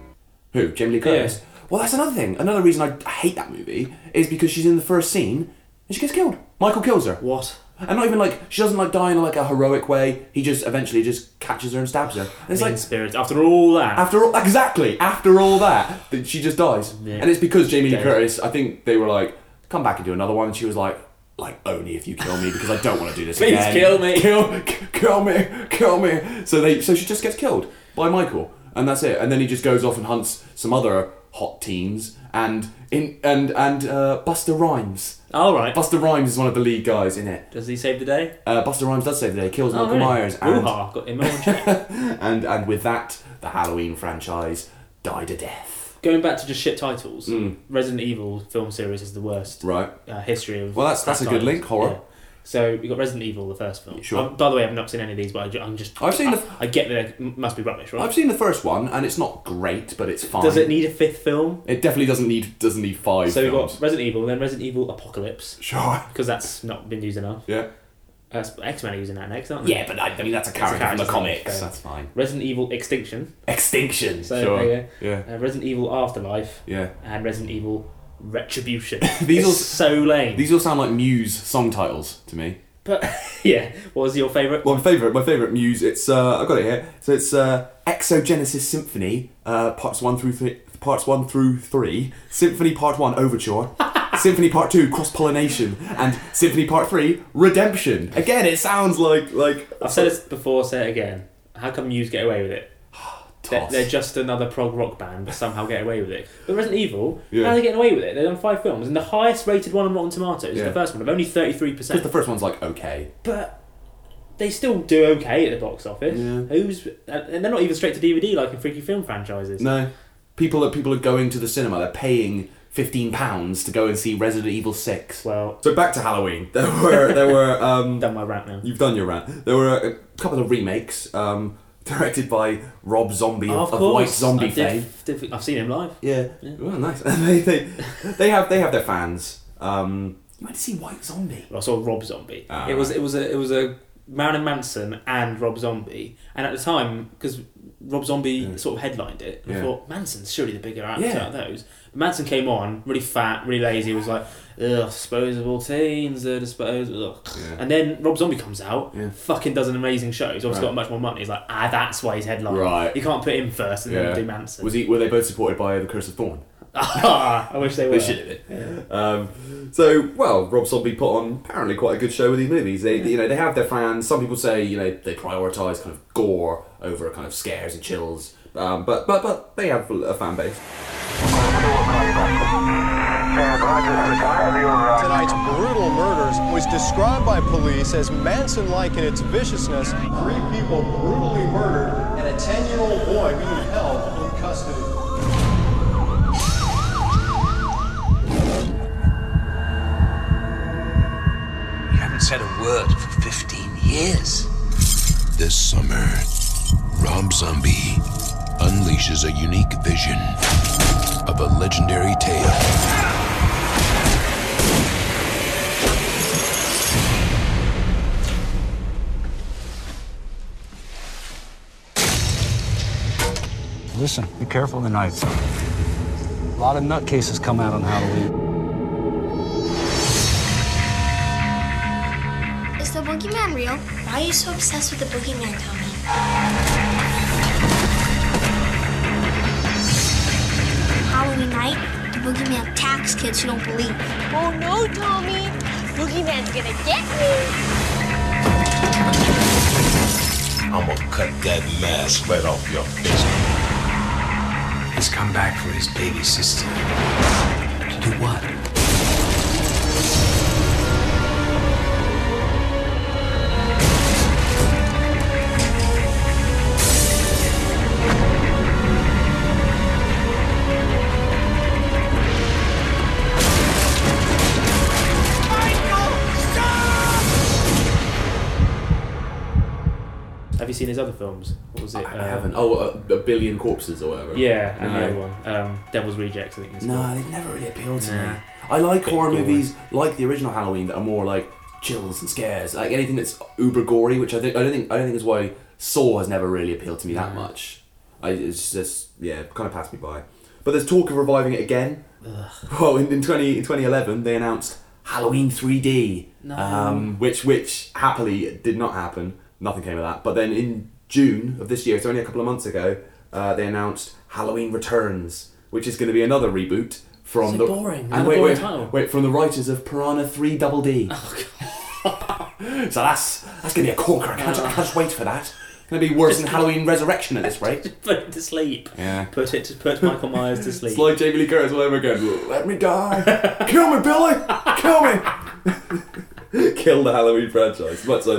Speaker 3: Who? Jamie Lee Curtis. Well, that's another thing. Another reason I hate that movie is because she's in the first scene and she gets killed. Michael kills her. What? And not even like she doesn't like die in like a heroic way. He just eventually just catches her and stabs her. And it's
Speaker 4: Mean
Speaker 3: like
Speaker 4: spirits. After all that,
Speaker 3: after all exactly after all that that she just dies. And it's because Jamie Lee
Speaker 4: Dead.
Speaker 3: Curtis. I think they were like, come back and do another one. And she was like, like only if you kill me because I don't want to do this.
Speaker 4: Please
Speaker 3: again.
Speaker 4: kill me.
Speaker 3: Kill, k- kill me, kill me. So they, so she just gets killed by Michael, and that's it. And then he just goes off and hunts some other hot teens, and in and and uh, Buster Rhymes.
Speaker 4: All right.
Speaker 3: Buster Rhymes is one of the lead guys in it.
Speaker 4: does he save the day?
Speaker 3: Uh, Buster Rhymes does save the day, kills
Speaker 4: Oh,
Speaker 3: Michael
Speaker 4: really?
Speaker 3: Myers, and
Speaker 4: Ooh-ha, got him
Speaker 3: and and with that, the Halloween franchise died a death.
Speaker 4: Going back to just shit titles,
Speaker 3: Mm.
Speaker 4: Resident Evil film series is the worst.
Speaker 3: Right.
Speaker 4: Uh, history of
Speaker 3: Well, that's- that's a good link, horror.
Speaker 4: Yeah. So we got Resident Evil, the first film.
Speaker 3: Sure.
Speaker 4: Um, by the way, I've not seen any of these, but I ju- I'm just.
Speaker 3: I've seen
Speaker 4: I,
Speaker 3: the-
Speaker 4: I get that it m- must be rubbish, right?
Speaker 3: I've seen the first one, and it's not great, but it's fine.
Speaker 4: Does it need a fifth film?
Speaker 3: It definitely doesn't need doesn't need five.
Speaker 4: so we've
Speaker 3: films.
Speaker 4: got Resident Evil, then Resident Evil Apocalypse.
Speaker 3: Sure.
Speaker 4: Because that's not been used enough.
Speaker 3: Yeah.
Speaker 4: Uh, X Men are using that next, aren't they?
Speaker 3: Yeah, but I- I mean, that's a
Speaker 4: It's
Speaker 3: character from the
Speaker 4: isn't it?
Speaker 3: comics, that's fine.
Speaker 4: Resident Evil Extinction.
Speaker 3: Extinction,
Speaker 4: So
Speaker 3: sure,
Speaker 4: there you
Speaker 3: yeah.
Speaker 4: go. Uh, Resident Evil Afterlife.
Speaker 3: Yeah.
Speaker 4: And Resident Evil Retribution.
Speaker 3: These
Speaker 4: These
Speaker 3: all-
Speaker 4: are so lame.
Speaker 3: These all sound like Muse song titles to me.
Speaker 4: But yeah, what was your favourite?
Speaker 3: Well, my favorite, my favorite Muse. It's uh, I've got it here. So it's uh, Exogenesis Symphony, uh, parts one through three, parts one through three. Symphony Part One Overture. Symphony Part Two Cross Pollination, and Symphony Part Three Redemption. Again, it sounds like like
Speaker 4: I've said this before, say it again. How come Muse get away with it? They're, they're just another prog rock band, but somehow get away with it. But Resident Evil,
Speaker 3: Yeah.
Speaker 4: how are they getting away with it? They've done five films, and the highest rated one on Rotten Tomatoes is
Speaker 3: Yeah.
Speaker 4: the first one of only 33%.
Speaker 3: because the first one's like okay.
Speaker 4: But they still do okay at the box office. Who's And they're not even straight to DVD like in freaky film franchises.
Speaker 3: No, people are people are going to the cinema. They're paying fifteen pounds to go and see Resident Evil Six.
Speaker 4: Well,
Speaker 3: so back to Halloween. There were there were um,
Speaker 4: done my rant now.
Speaker 3: You've done your rant. There were a couple of remakes um, directed by Rob Zombie
Speaker 4: Oh,
Speaker 3: of, of White Zombie
Speaker 4: I did-
Speaker 3: fame.
Speaker 4: did- I've seen him live.
Speaker 3: Yeah. Well, nice. they, they, they have they have their fans. Um, you went to see White Zombie.
Speaker 4: I saw Rob Zombie.
Speaker 3: Ah.
Speaker 4: it was it was a it was a Marilyn Manson and Rob Zombie, and at the time because Rob Zombie sort of headlined it, and I
Speaker 3: Yeah.
Speaker 4: thought Manson's surely the bigger actor
Speaker 3: Yeah.
Speaker 4: out of those. But Manson came on really fat, really lazy, was like. Ugh, disposable teens, they're disposable. Ugh. And then Rob Zombie comes out, fucking does an amazing show. He's obviously got
Speaker 3: Right.
Speaker 4: much more money. He's like, ah, that's why he's headlining.
Speaker 3: Right.
Speaker 4: You can't put him first and
Speaker 3: Yeah.
Speaker 4: then do Manson.
Speaker 3: Was he? Were they both supported by the Curse of Thorn?
Speaker 4: Ah, I wish they were.
Speaker 3: They should have been. Um, so, well, Rob Zombie put on apparently quite a good show with these movies. They, you know, they have their fans. Some people say, you know, they prioritise kind of gore over kind of scares and chills. Um, but, but, but they have a fan base.
Speaker 26: Tonight's brutal murders was described by police as Manson like in its viciousness. Three people brutally murdered and a 10 year old boy being held in custody.
Speaker 17: You haven't said a word for 15 years.
Speaker 11: This summer, Rob Zombie unleashes a unique vision of a legendary tale.
Speaker 27: Listen, be careful tonight. A lot of nutcases come out on Halloween.
Speaker 21: Is the boogeyman real? Why are you so obsessed with the boogeyman, Tommy? Halloween night, boogeyman attacks kids who don't believe.
Speaker 5: Oh no, Tommy! Boogeyman's gonna get me!
Speaker 6: I'm gonna cut that mask right off your face.
Speaker 10: He's come back for his baby sister.
Speaker 6: To do what?
Speaker 4: Have you seen his other films? What was it?
Speaker 3: I haven't. Oh, a, a billion corpses or whatever.
Speaker 4: Um, Yeah, and
Speaker 3: No.
Speaker 4: the other one, um, Devil's Rejects, I think. It's
Speaker 3: No,
Speaker 4: called.
Speaker 3: they've never really appealed to
Speaker 4: Nah.
Speaker 3: me. I like
Speaker 4: Bit
Speaker 3: horror
Speaker 4: gory.
Speaker 3: movies like the original Halloween that are more like chills and scares, like anything that's uber gory, which I think I don't think I don't think is why Saw has never really appealed to me that much. I, it's just yeah, kind of passed me by. But there's talk of reviving it again. Well, in, in 20, in 2011 they announced Halloween 3D,
Speaker 4: No.
Speaker 3: um, which which happily did not happen. Nothing came of that. But then in June of this year, so only a couple of months ago, uh, they announced Halloween Returns, which is going to be another reboot from
Speaker 4: So
Speaker 3: the
Speaker 4: boring.
Speaker 3: and
Speaker 4: Another
Speaker 3: wait,
Speaker 4: boring
Speaker 3: wait,
Speaker 4: title. Oh,
Speaker 3: wait from the writers of Piranha 3 Double D. so that's that's going to be a corker. I can't, I can't wait for that. Going to be worse than Halloween Resurrection at this rate.
Speaker 4: Put it to sleep.
Speaker 3: Yeah.
Speaker 4: Put it. Put Michael Myers to sleep.
Speaker 3: It's like Jamie Lee Curtis all over again. Let me die. Kill me, Billy. Kill me. kill the Halloween franchise. Much I,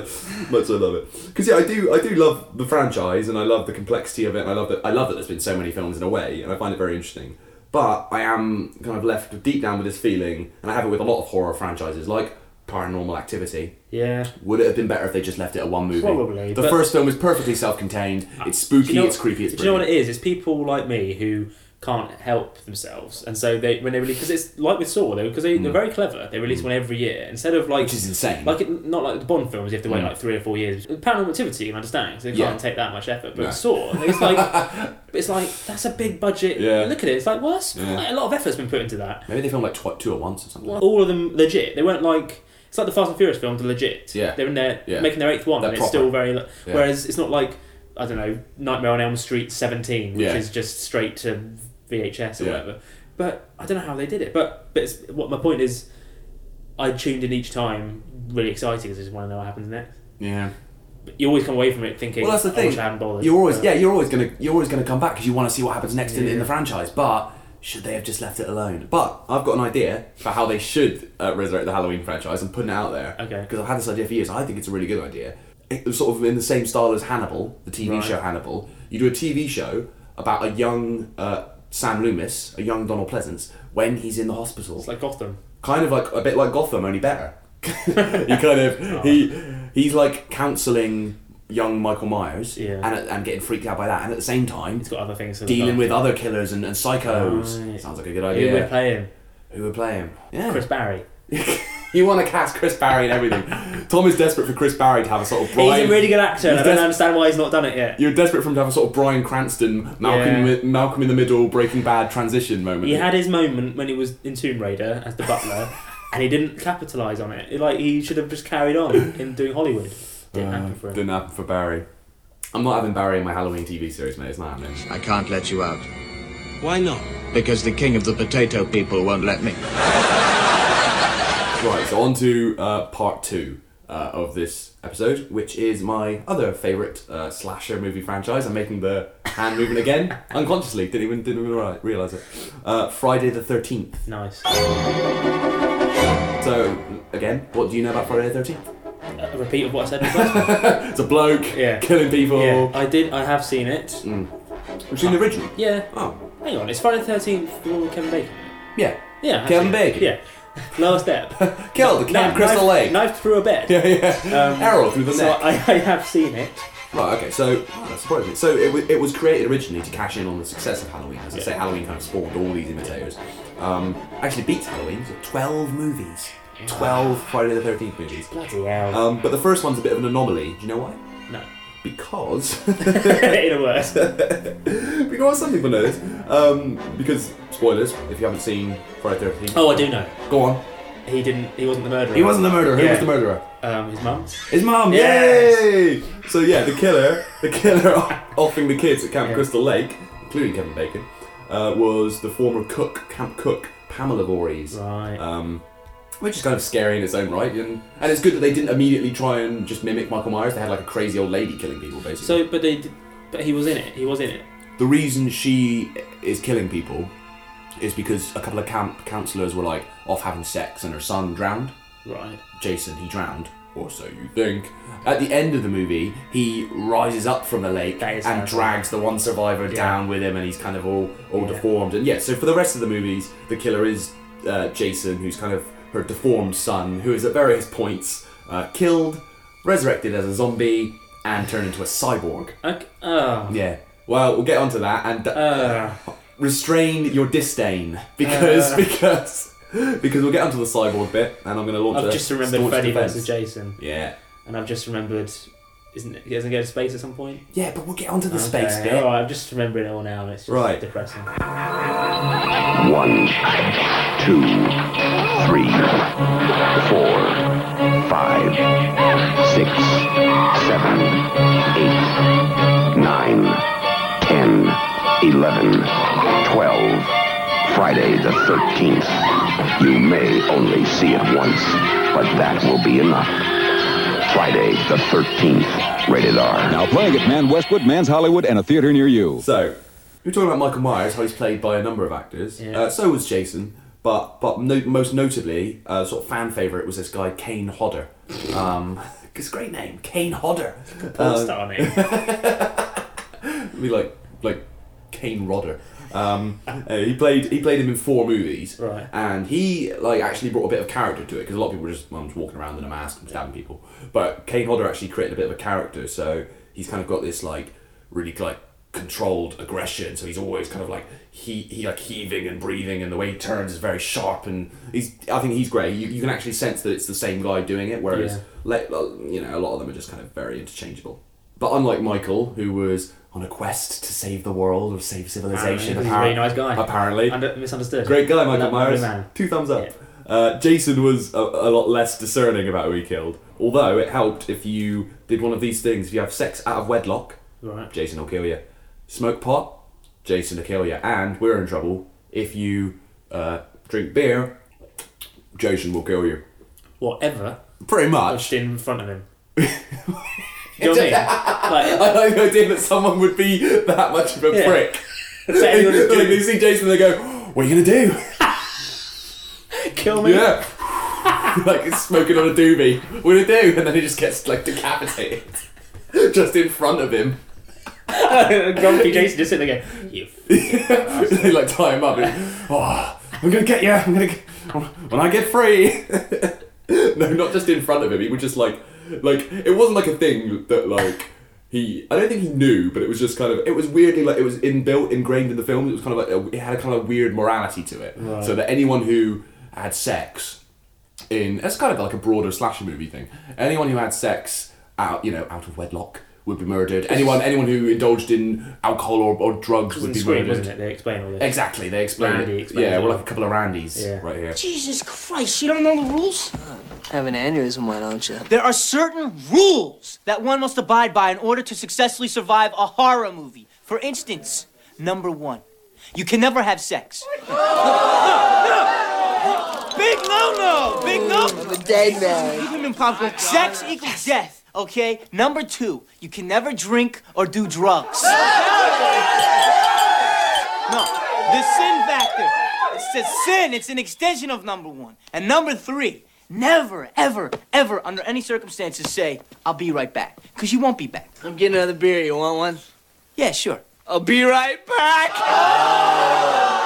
Speaker 3: much I love it. Because yeah, I do, I do love the franchise, and I love the complexity of it. And I love that, I love that there's been so many films in a way, and I find it very interesting. But I am kind of left deep down with this feeling, and I have it with a lot of horror franchises, like Paranormal Activity.
Speaker 4: Yeah.
Speaker 3: Would it have been better if they just left it at one movie?
Speaker 4: Probably,
Speaker 3: The
Speaker 4: but-
Speaker 3: first film was perfectly self-contained. It's spooky.
Speaker 4: Do you know-
Speaker 3: it's creepy. It's
Speaker 4: do you know what it is? It's people like me who can't help themselves, and so they when they release because it's like with Saw though because they, they're very clever. They release one every year instead of like
Speaker 3: Mm. Which is insane.
Speaker 4: Like it, not like the Bond films, you have to wait
Speaker 3: Mm.
Speaker 4: like three or four years. Paranormal Activity, you can understand 'cause they
Speaker 3: Yeah.
Speaker 4: can't take that much effort. But
Speaker 3: No.
Speaker 4: Saw, it's like it's like that's a big budget.
Speaker 3: Yeah.
Speaker 4: Look at it. It's like well, that's
Speaker 3: Yeah.
Speaker 4: quite a lot of effort's been put into that.
Speaker 3: Maybe they filmed like tw- two at once or something.
Speaker 4: Well, all of them legit. They weren't like it's like the Fast and Furious films are legit.
Speaker 3: Yeah.
Speaker 4: they're in there
Speaker 3: Yeah.
Speaker 4: making their eighth one,
Speaker 3: They're
Speaker 4: and it's
Speaker 3: proper.
Speaker 4: still very. li-
Speaker 3: Yeah.
Speaker 4: Whereas it's not like I don't know Nightmare on Elm Street seventeen, which
Speaker 3: Yeah.
Speaker 4: is just straight to VHS or
Speaker 3: Yeah.
Speaker 4: whatever. But I don't know how they did it. But but it's, what my point is, I tuned in each time really excited because I just want to know what happens next.
Speaker 3: Yeah.
Speaker 4: But you always come away from it thinking, "Oh,
Speaker 3: Well, that's the
Speaker 4: "I wish
Speaker 3: thing.
Speaker 4: I hadn't bothered."
Speaker 3: You're always
Speaker 4: But-
Speaker 3: yeah, you're always gonna you're always gonna come back because you want to see what happens next in, in
Speaker 4: Yeah.
Speaker 3: the franchise. But should they have just left it alone? But I've got an idea for how they should uh, resurrect the Halloween franchise and putting it out there. Okay. Because I've had this idea for years. and I think it's a really good idea. It was sort of in the same style as Hannibal, the TV
Speaker 4: Right.
Speaker 3: show Hannibal. You do a TV show about a young uh, Sam Loomis, a young Donald Pleasance, when he's in the hospital. It's
Speaker 4: like Gotham.
Speaker 3: Kind of like a bit like Gotham, only better. he kind of he he's like counselling young Michael Myers and and getting freaked out by that, and at the same time, he's
Speaker 4: got other things
Speaker 3: dealing
Speaker 4: look
Speaker 3: with
Speaker 4: after.
Speaker 3: other killers and, and psychos.
Speaker 4: Right.
Speaker 3: Sounds like a good
Speaker 4: Who
Speaker 3: idea.
Speaker 4: would play him?
Speaker 3: Who would play him? Yeah,
Speaker 4: Chris Barry.
Speaker 3: you want to cast Chris Barry and everything. Tom is desperate for Chris Barry to have a sort of Brian.
Speaker 4: He's a really good actor. and I
Speaker 3: He's
Speaker 4: don't
Speaker 3: des-
Speaker 4: understand why he's not done it yet.
Speaker 3: You're desperate for him to have a sort of Brian Cranston, Malcolm,
Speaker 4: Yeah.
Speaker 3: Mi- Malcolm in the Middle, Breaking Bad transition moment.
Speaker 4: He had his moment when he was in Tomb Raider as the butler, and he didn't capitalise on it. It- Like he should have just carried on in doing Hollywood. Didn't
Speaker 3: Uh,
Speaker 4: happen for him.
Speaker 3: Didn't happen for Barry. I'm not having Barry in my Halloween TV series, mate. It's not happening. I can't let you out.
Speaker 12: Why not? Because the king of the potato people won't let me.
Speaker 3: Right, so on to uh, part two uh, of this episode, which is my other favourite uh, slasher movie franchise. I'm making the hand movement again, unconsciously. Didn't even didn't even reali- realise it. Uh, Friday the Thirteenth.
Speaker 4: Nice.
Speaker 3: So again, what do you know about Friday the Thirteenth?
Speaker 4: A repeat of what I said. Before.
Speaker 3: it's a bloke
Speaker 4: yeah.
Speaker 3: killing people.
Speaker 4: Yeah, I did. I have seen it.
Speaker 3: Have you seen the original?
Speaker 4: Yeah.
Speaker 3: Oh.
Speaker 4: Hang on. It's Friday the Thirteenth. The one with Kevin Bacon.
Speaker 3: Yeah.
Speaker 4: Yeah. I have
Speaker 3: Kevin
Speaker 4: seen it.
Speaker 3: Bacon.
Speaker 4: Yeah. Lower step.
Speaker 3: Killed the king of Crystal
Speaker 4: knife,
Speaker 3: Lake.
Speaker 4: Knife through a bed.
Speaker 3: Yeah, yeah. Arrow through the
Speaker 4: so
Speaker 3: neck.
Speaker 4: I, I have seen it.
Speaker 3: Right, okay, so oh, that's surprising. So it, wa- it was created originally to cash in on the success of Halloween. As I say, Halloween kind of spawned all these imitators. Um, actually beats Halloween, so 12 movies. 12 Friday the 13th movies.
Speaker 4: Bloody hell.
Speaker 3: Um, but the first one's a bit of an anomaly. Do you know why?
Speaker 4: No.
Speaker 3: Because.
Speaker 4: In a worse.
Speaker 3: because some people know this. Um, because, spoilers, if you haven't seen Friday the 13th.
Speaker 4: Oh, I do know.
Speaker 3: Go on.
Speaker 4: He didn't. He wasn't the murderer.
Speaker 3: He wasn't the murderer. Who was the murderer?
Speaker 4: Um, his mum.
Speaker 3: His mum,
Speaker 4: Yes.
Speaker 3: yay! So yeah, the killer, the killer offing the kids at Camp Crystal Lake, including Kevin Bacon, uh, was the former cook, camp cook Pamela Voorhees.
Speaker 4: Right.
Speaker 3: Um, which is kind of scary in its own right, and, and it's good that they didn't immediately try and just mimic Michael Myers. They had like a crazy old lady killing people, basically.
Speaker 4: So, but they, did, but he was in it. He was in it.
Speaker 3: the reason she is killing people is because a couple of camp counselors were like off having sex and her son drowned.
Speaker 4: Right.
Speaker 3: Jason, he drowned, or so you think. At the end of the movie, he rises up from the lake and
Speaker 4: terrifying.
Speaker 3: drags the one survivor down with him, and he's kind of all all deformed. And yeah, so for the rest of the movies, the killer is uh, Jason, who's kind of her deformed son, who is at various points uh, killed, resurrected as a zombie, and turned into a cyborg.
Speaker 4: Okay. Oh.
Speaker 3: Yeah. Well, we'll get onto that and uh,
Speaker 4: Ah.
Speaker 3: restrain your disdain because
Speaker 4: Uh.
Speaker 3: because because we'll get onto the cyborg bit and I'm going to launch.
Speaker 4: I've
Speaker 3: a
Speaker 4: just remembered
Speaker 3: staunch
Speaker 4: Freddy
Speaker 3: defense.
Speaker 4: versus Jason.
Speaker 3: Yeah.
Speaker 4: And I've just remembered. Isn't it, he doesn't go to space at some point?
Speaker 3: Yeah, but we'll get onto the
Speaker 4: Okay,
Speaker 3: space bit.
Speaker 4: All right, I'm just remembering it all now, and it's just
Speaker 3: Right. Uh,
Speaker 4: depressing.
Speaker 11: One, two, three, four, five, six, seven, eight, nine, ten, eleven, twelve. Friday the 13th. You may only see it once, but that will be enough. Friday the 13th. Rated R.
Speaker 8: Now playing at Man Westwood, Man's Hollywood, and a theater near you.
Speaker 3: So, we we're talking about Michael Myers, how he's played by a number of actors. Uh, so was Jason, but but no, most notably, uh, sort of fan favorite was this guy Kane Hodder. Um, it's a great name, Kane Hodder.
Speaker 4: Porn
Speaker 3: Um,
Speaker 4: star name.
Speaker 3: be like like Kane Rodder. Um, uh, he played he played him in four movies,
Speaker 4: Right.
Speaker 3: and he like actually brought a bit of character to it because a lot of people were just, well, just walking around in a mask and stabbing people. But Kane Hodder actually created a bit of a character, so he's kind of got this like really like controlled aggression. So he's always kind of like he he like heaving and breathing, and the way he turns is very sharp. And he's I think he's great. You, you can actually sense that it's the same guy doing it, whereas
Speaker 4: Yeah.
Speaker 3: let, you know a lot of them are just kind of very interchangeable. But unlike Michael, who was on a quest to save the world or save civilization,
Speaker 4: Apparently, he's a
Speaker 3: appar-
Speaker 4: really nice guy.
Speaker 3: Apparently,
Speaker 4: Under- misunderstood.
Speaker 3: great guy, Michael
Speaker 4: Lovely
Speaker 3: Myers.
Speaker 4: man.
Speaker 3: Two thumbs up. Uh, Jason was a, a lot less discerning about who he killed. Although it helped if you did one of these things: if you have sex out of wedlock,
Speaker 4: Right.
Speaker 3: Jason will kill you. Smoke pot, Jason will kill you. And we're in trouble if you uh, drink beer. Jason will kill you.
Speaker 4: Whatever.
Speaker 3: Pretty much.
Speaker 4: Just in front of him. Do you know what I mean? Like,
Speaker 3: I like the idea that someone would be that much of a
Speaker 4: Yeah.
Speaker 3: prick.
Speaker 4: So everyone is
Speaker 3: Like,
Speaker 4: gonna-
Speaker 3: they see Jason, they go, "What are you gonna do?"
Speaker 4: kill me.
Speaker 3: Yeah. like it's smoking on a doobie. What do you do? And then he just gets like decapitated, just in front of him.
Speaker 4: Grumpy Jason just sitting there going, you
Speaker 3: they like tie him up. And, oh, I'm gonna get you. I'm gonna get, when I get free. no, not just in front of him. He would just like, like it wasn't like a thing that like he. I don't think he knew, but it was just kind of. It was weirdly like it was inbuilt, ingrained in the film. It was kind of like a, it had a kind of weird morality to it.
Speaker 4: Right.
Speaker 3: So that anyone who had sex in that's kind of like a broader slasher movie thing. Anyone who had sex out, you know, out of wedlock. Would be murdered. Anyone, anyone who indulged in alcohol or, or
Speaker 4: It
Speaker 3: drugs
Speaker 4: was
Speaker 3: would
Speaker 4: in
Speaker 3: be
Speaker 4: Scream,
Speaker 3: murdered.
Speaker 4: wasn't it? They explain all this.
Speaker 3: Exactly, they explain
Speaker 4: Randy
Speaker 3: it.
Speaker 4: explains
Speaker 3: yeah,
Speaker 4: it.
Speaker 3: we're like a couple of Randys
Speaker 4: Yeah.
Speaker 3: right here.
Speaker 13: Jesus Christ, you don't know the rules?
Speaker 25: Have an aneurysm, why don't you?
Speaker 13: There are certain rules that one must abide by in order to successfully survive a horror movie. For instance, number one, you can never have sex. Big no no! Big no! I'm a dead man. Even in pop culture, sex equals death, okay? Number two, you can never drink or do drugs. No, the sin factor. It's a sin. It's an extension of number one. And number three, never, ever, ever, under any circumstances, say, I'll be right back. Because you won't be back. I'm getting another beer. You want one? Yeah, sure. I'll be right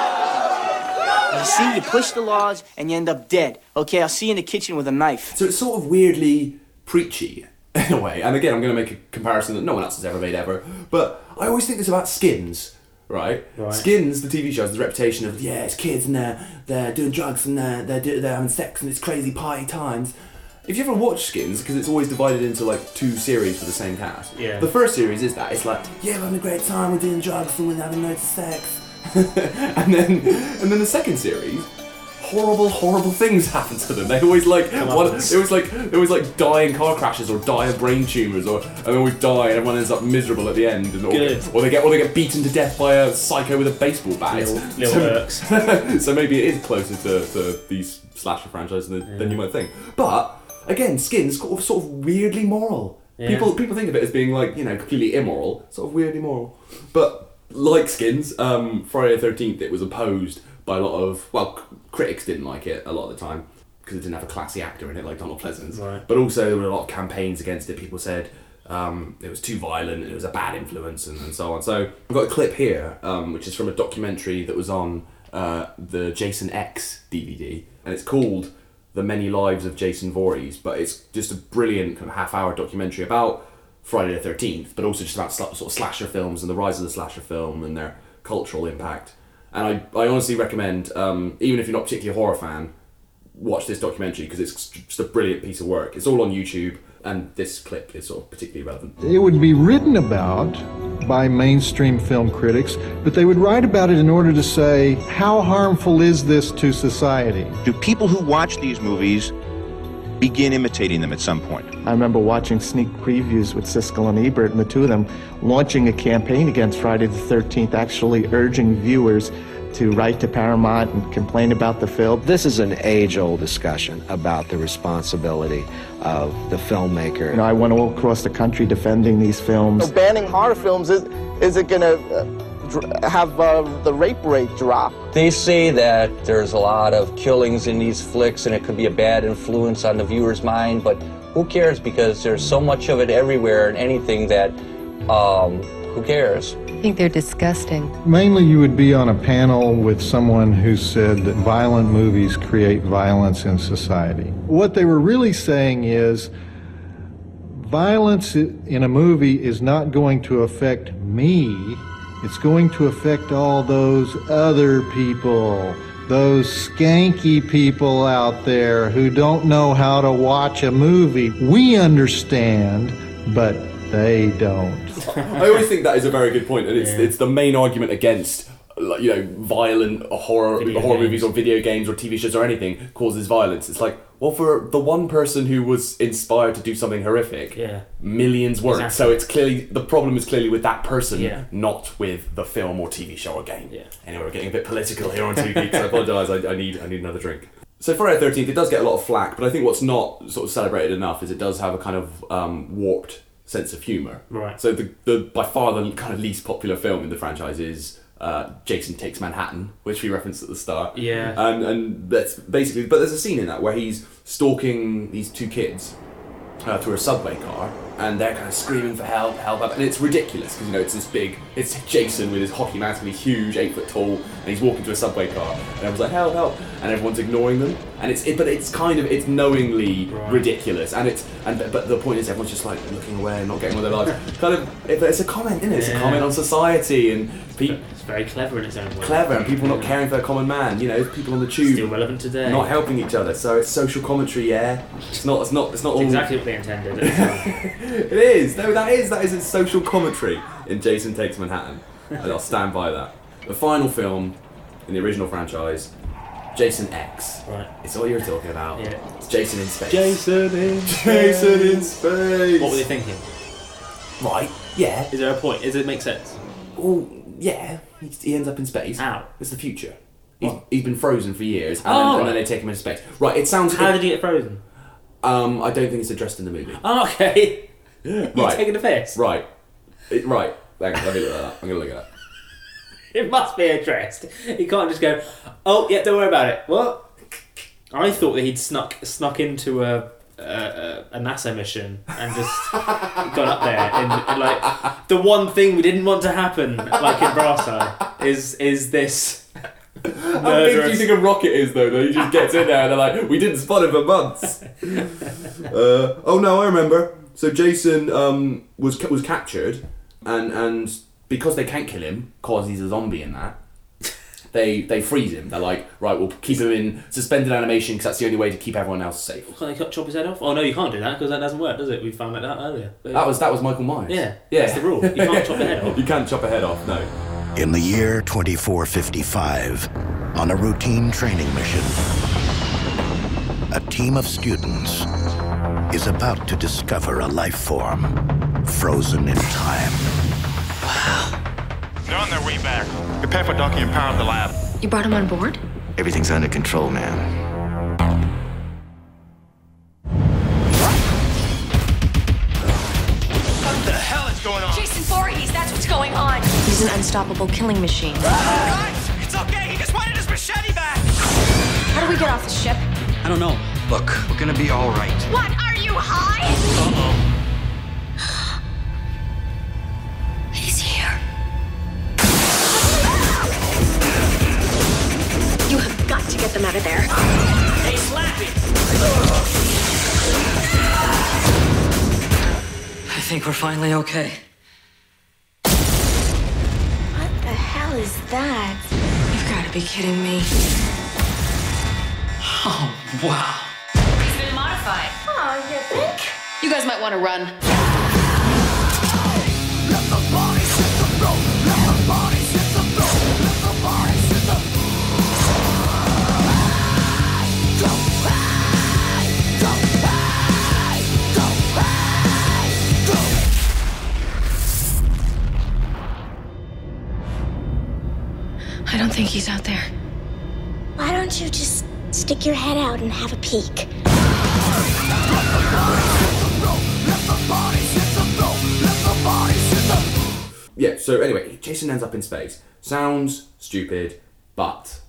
Speaker 13: back. You see, you push the laws and you end up dead. Okay, I'll see you in the kitchen with a knife.
Speaker 3: So it's sort of weirdly preachy in a way. And again, I'm going to make a comparison that no one else has ever made ever. But I always think this about Skins, right?
Speaker 4: Right.
Speaker 3: Skins, the TV show, has the reputation of yeah, it's kids and they're they're doing drugs and they're they're, do, they're having sex and it's crazy party times. If you ever watch Skins, because it's always divided into like two series with the same cast.
Speaker 4: Yeah.
Speaker 3: The first series is that it's like yeah, we're having a great time, we're doing drugs and we're having loads of sex. and then and then the second series horrible, horrible things happen to them. They always like one, it was like it was like die in car crashes or die of brain tumors or and they always die and everyone ends up miserable at the end and
Speaker 4: Good.
Speaker 3: or, or they get or they get beaten to death by a psycho with a baseball bat.
Speaker 4: Little-
Speaker 3: It's-
Speaker 4: little
Speaker 3: so maybe it is closer to, to these slasher franchises than, than you might think. But again, Skins sort of, sort of weirdly moral.
Speaker 4: Yeah.
Speaker 3: People people think of it as being like you know completely immoral, sort of weirdly moral. But like Skins, um, Friday the Thirteenth, it was opposed by a lot of well, c- critics didn't like it a lot of the time because it didn't have a classy actor in it like Donald Pleasance.
Speaker 4: Right.
Speaker 3: But also there were a lot of campaigns against it. People said. Um, it was too violent, it was a bad influence, and, and so on. So, I've got a clip here, um, which is from a documentary that was on uh, the Jason X DVD, and it's called the Many Lives of Jason Voorhees, but it's just a brilliant kind of half-hour documentary about Friday the Thirteenth, but also just about sl- sort of slasher films and the rise of the slasher film and their cultural impact. And I, I honestly recommend, um, even if you're not particularly a horror fan, watch this documentary because it's just a brilliant piece of work. It's all on YouTube, and this clip is sort of particularly relevant.
Speaker 1: It would be written about by mainstream film critics, but they would write about it in order to say, how harmful is this to society?
Speaker 14: Do people who watch these movies begin imitating them at some point?
Speaker 18: I remember watching sneak previews with Siskel and Ebert, and the two of them launching a campaign against Friday the 13th, actually urging viewers to write to Paramount and complain about the film.
Speaker 19: This is an age old discussion about the responsibility of the filmmaker.
Speaker 18: You know, I went all across the country defending these films.
Speaker 12: banning horror films is is it gonna uh, dr- have uh, the rape rate drop?
Speaker 28: They say that there's a lot of killings in these flicks and it could be a bad influence on the viewer's mind, but who cares because there's so much of it everywhere and anything that, um, who cares?
Speaker 9: I think they're disgusting.
Speaker 1: Mainly, you would be on a panel with someone who said that violent movies create violence in society. What they were really saying is violence i- in a movie is not going to affect me, it's going to affect all those other people. Those skanky people out there who don't know how to watch a movie. We understand, but they don't.
Speaker 3: I always think that is a very good point, and it's it's the main argument against like you know violent horror horror movies or video games or TV shows or anything causes violence. It's like well, for the one person who was inspired to do something horrific,
Speaker 4: Yeah.
Speaker 3: millions weren't. So it's clearly the problem is clearly with that person,
Speaker 4: Yeah.
Speaker 3: not with the film or TV show or game.
Speaker 4: Yeah.
Speaker 3: Anyway, we're getting a bit political here on Two Geeks. I apologise. I, I need I need another drink. So Friday the Thirteenth, it does get a lot of flack, but I think what's not sort of celebrated enough is it does have a kind of um, warped sense of humour.
Speaker 4: Right.
Speaker 3: So the, the by far the kind of least popular film in the franchise is uh, Jason Takes Manhattan, which we referenced at the start.
Speaker 4: Yeah.
Speaker 3: And and that's basically, but there's a scene in that where he's stalking these two kids uh, through a subway car, and they're kind of screaming for help, help, help, and it's ridiculous because you know it's this big, it's Jason with his hockey mask and he's huge, eight foot tall, and he's walking to a subway car, and everyone's like help, help, and everyone's ignoring them, and it's it, but it's kind of it's knowingly ridiculous, and it's and but- but the point is everyone's just like looking away and not getting on with their lives. kind of, it, it's a comment, isn't it? It's a
Speaker 4: Yeah.
Speaker 3: comment on society and people
Speaker 4: It's very clever in its own way.
Speaker 3: clever and people not caring for a common man. You know, people on the tube
Speaker 4: Still relevant today.
Speaker 3: not helping each other. So it's social commentary. Yeah, it's not. It's not. It's not
Speaker 4: It's
Speaker 3: all.
Speaker 4: exactly what they intended. It's, um,
Speaker 3: It is. No, that is. That is its social commentary in Jason Takes Manhattan, and I'll stand by that. The final film in the original franchise, Jason X. Right. It's all you're talking about.
Speaker 4: Yeah.
Speaker 3: It's Jason in space.
Speaker 4: Jason in
Speaker 3: Jason in space.
Speaker 4: What were they thinking?
Speaker 3: Right. Yeah.
Speaker 4: Is there a point? Does it make sense?
Speaker 3: Well, yeah. He, he ends up in space. How? It's the future. He's, he's been frozen for years, and, then,
Speaker 4: Oh,
Speaker 3: and then
Speaker 4: right.
Speaker 3: they take him into space. Right. It sounds.
Speaker 4: How did he get frozen?
Speaker 3: Um, I don't think it's addressed in the movie.
Speaker 4: Oh, okay. You're
Speaker 3: Right.
Speaker 4: taking the piss.
Speaker 3: Right. It- right. Hang on, let me look at that. I'm gonna look at that.
Speaker 4: It must be addressed. He can't just go, oh, yeah, don't worry about it. What? I thought that he'd snuck snuck into a a, a NASA mission and just got up there and, and, like the one thing we didn't want to happen, like in Brass is is this.
Speaker 3: How big do you
Speaker 4: murderous-
Speaker 3: think a rocket is, though? Though he just gets in there and they're like, "We didn't spot him for months." uh, oh no, I remember. So Jason um, was ca- was captured, and and because they can't kill him, cause he's a zombie in that. They they freeze him. They're like, right, we'll keep him in suspended animation because that's the only way to keep everyone else safe.
Speaker 4: Can't they cut chop his head off? Oh no, you can't do that because that doesn't work, does it? We found that out earlier.
Speaker 3: That was that was Michael Myers.
Speaker 4: Yeah,
Speaker 3: yeah.
Speaker 4: that's the rule. You can't chop a head off.
Speaker 3: You can't chop a head off. No.
Speaker 15: In the year 2455, On a routine training mission, a team of students is about to discover a life form frozen in time.
Speaker 2: They're on their way back. Prepare for docking and power up the lab.
Speaker 21: You brought him on board?
Speaker 7: Everything's under control, ma'am.
Speaker 2: What the hell is going on?
Speaker 21: Jason Voorhees, that's what's going on. He's an unstoppable killing machine.
Speaker 2: Guys, it's okay. He just wanted his machete back.
Speaker 21: How do we get off the ship?
Speaker 7: I don't know. Look, we're gonna be all right.
Speaker 21: What? Are you high?
Speaker 2: He's here.
Speaker 21: You have got to get them out of there.
Speaker 2: Hey, slap it.
Speaker 7: I think we're finally okay.
Speaker 21: What the hell is that? You've got to be kidding me.
Speaker 7: Oh, wow.
Speaker 21: He's been modified. Oh, you think? You guys might want to run. I don't think he's out there. Why don't you just stick your head out and have a peek?
Speaker 3: Yeah, so anyway, Jason ends up in space. Sounds stupid, but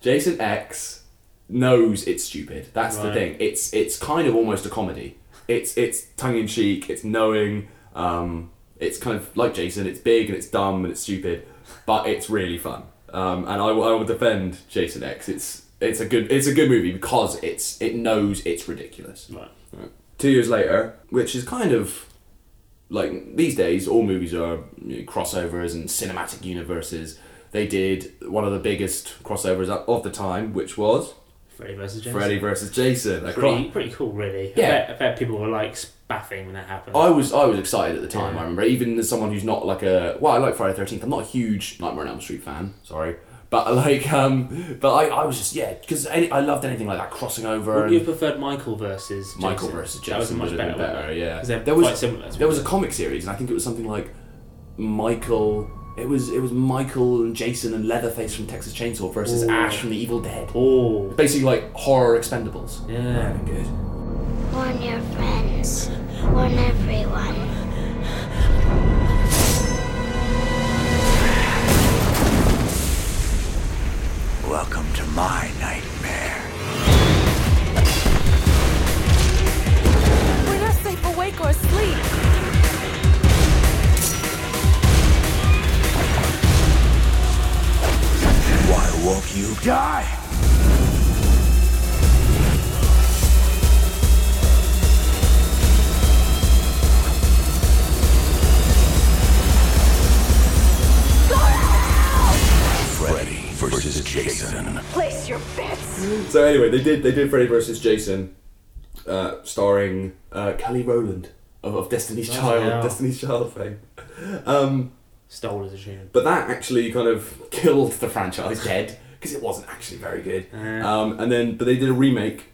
Speaker 3: Jason X knows it's stupid. That's the
Speaker 16: Right.
Speaker 3: thing. It's it's kind of almost a comedy. It's it's tongue in cheek, it's knowing, um, it's kind of like Jason, it's big and it's dumb and it's stupid, but it's really fun. Um, and I, will- I will defend Jason X. It's it's a good it's a good movie because it's it knows it's ridiculous. Right. Two years later, which is kind of like these days, all movies are you know, crossovers and cinematic universes. They did one of the biggest crossovers of- of the time, which was
Speaker 4: Freddy versus Jason.
Speaker 3: Freddy versus Jason. A
Speaker 4: Pretty,
Speaker 3: cro-
Speaker 4: pretty cool, really. I
Speaker 3: Yeah.
Speaker 4: bet, I bet people were like spaffing when that happened.
Speaker 3: I was I was excited at the time.
Speaker 4: Yeah.
Speaker 3: I remember, even as someone who's not like a well, I like Friday Thirteenth. I'm not a huge Nightmare on Elm Street fan. Sorry, but like um, but I, I was just yeah because I, I loved anything like that crossing over.
Speaker 4: Would
Speaker 3: and-
Speaker 4: you have preferred Michael versus Jason?
Speaker 3: Michael versus Jason
Speaker 4: That was a much
Speaker 3: would have
Speaker 4: better,
Speaker 3: been better,
Speaker 4: one.
Speaker 3: yeah.
Speaker 4: 'Cause they're
Speaker 3: There was
Speaker 4: quite similar.
Speaker 3: there was a comic series, and I think it was something like Michael. It was it was Michael and Jason and Leatherface from Texas Chainsaw versus
Speaker 4: Ooh.
Speaker 3: Ash from The Evil Dead. Oh, basically like horror Expendables. Yeah, good.
Speaker 21: Warn your friends. Warn everyone.
Speaker 15: Welcome to my nightmare.
Speaker 5: We're not safe awake or asleep.
Speaker 15: Why won't you die?
Speaker 11: Freddy versus Jason.
Speaker 21: Place your bets.
Speaker 3: So anyway, they did they did Freddy versus Jason, uh, starring uh, Kelly Rowland of, of Destiny's
Speaker 4: Bloody
Speaker 3: Child,
Speaker 4: hell.
Speaker 3: Destiny's Child fame. Um,
Speaker 4: Stole as a tune.
Speaker 3: But that actually kind of killed the franchise dead because it wasn't actually very good.
Speaker 4: Uh.
Speaker 3: Um, and then, but they did a remake,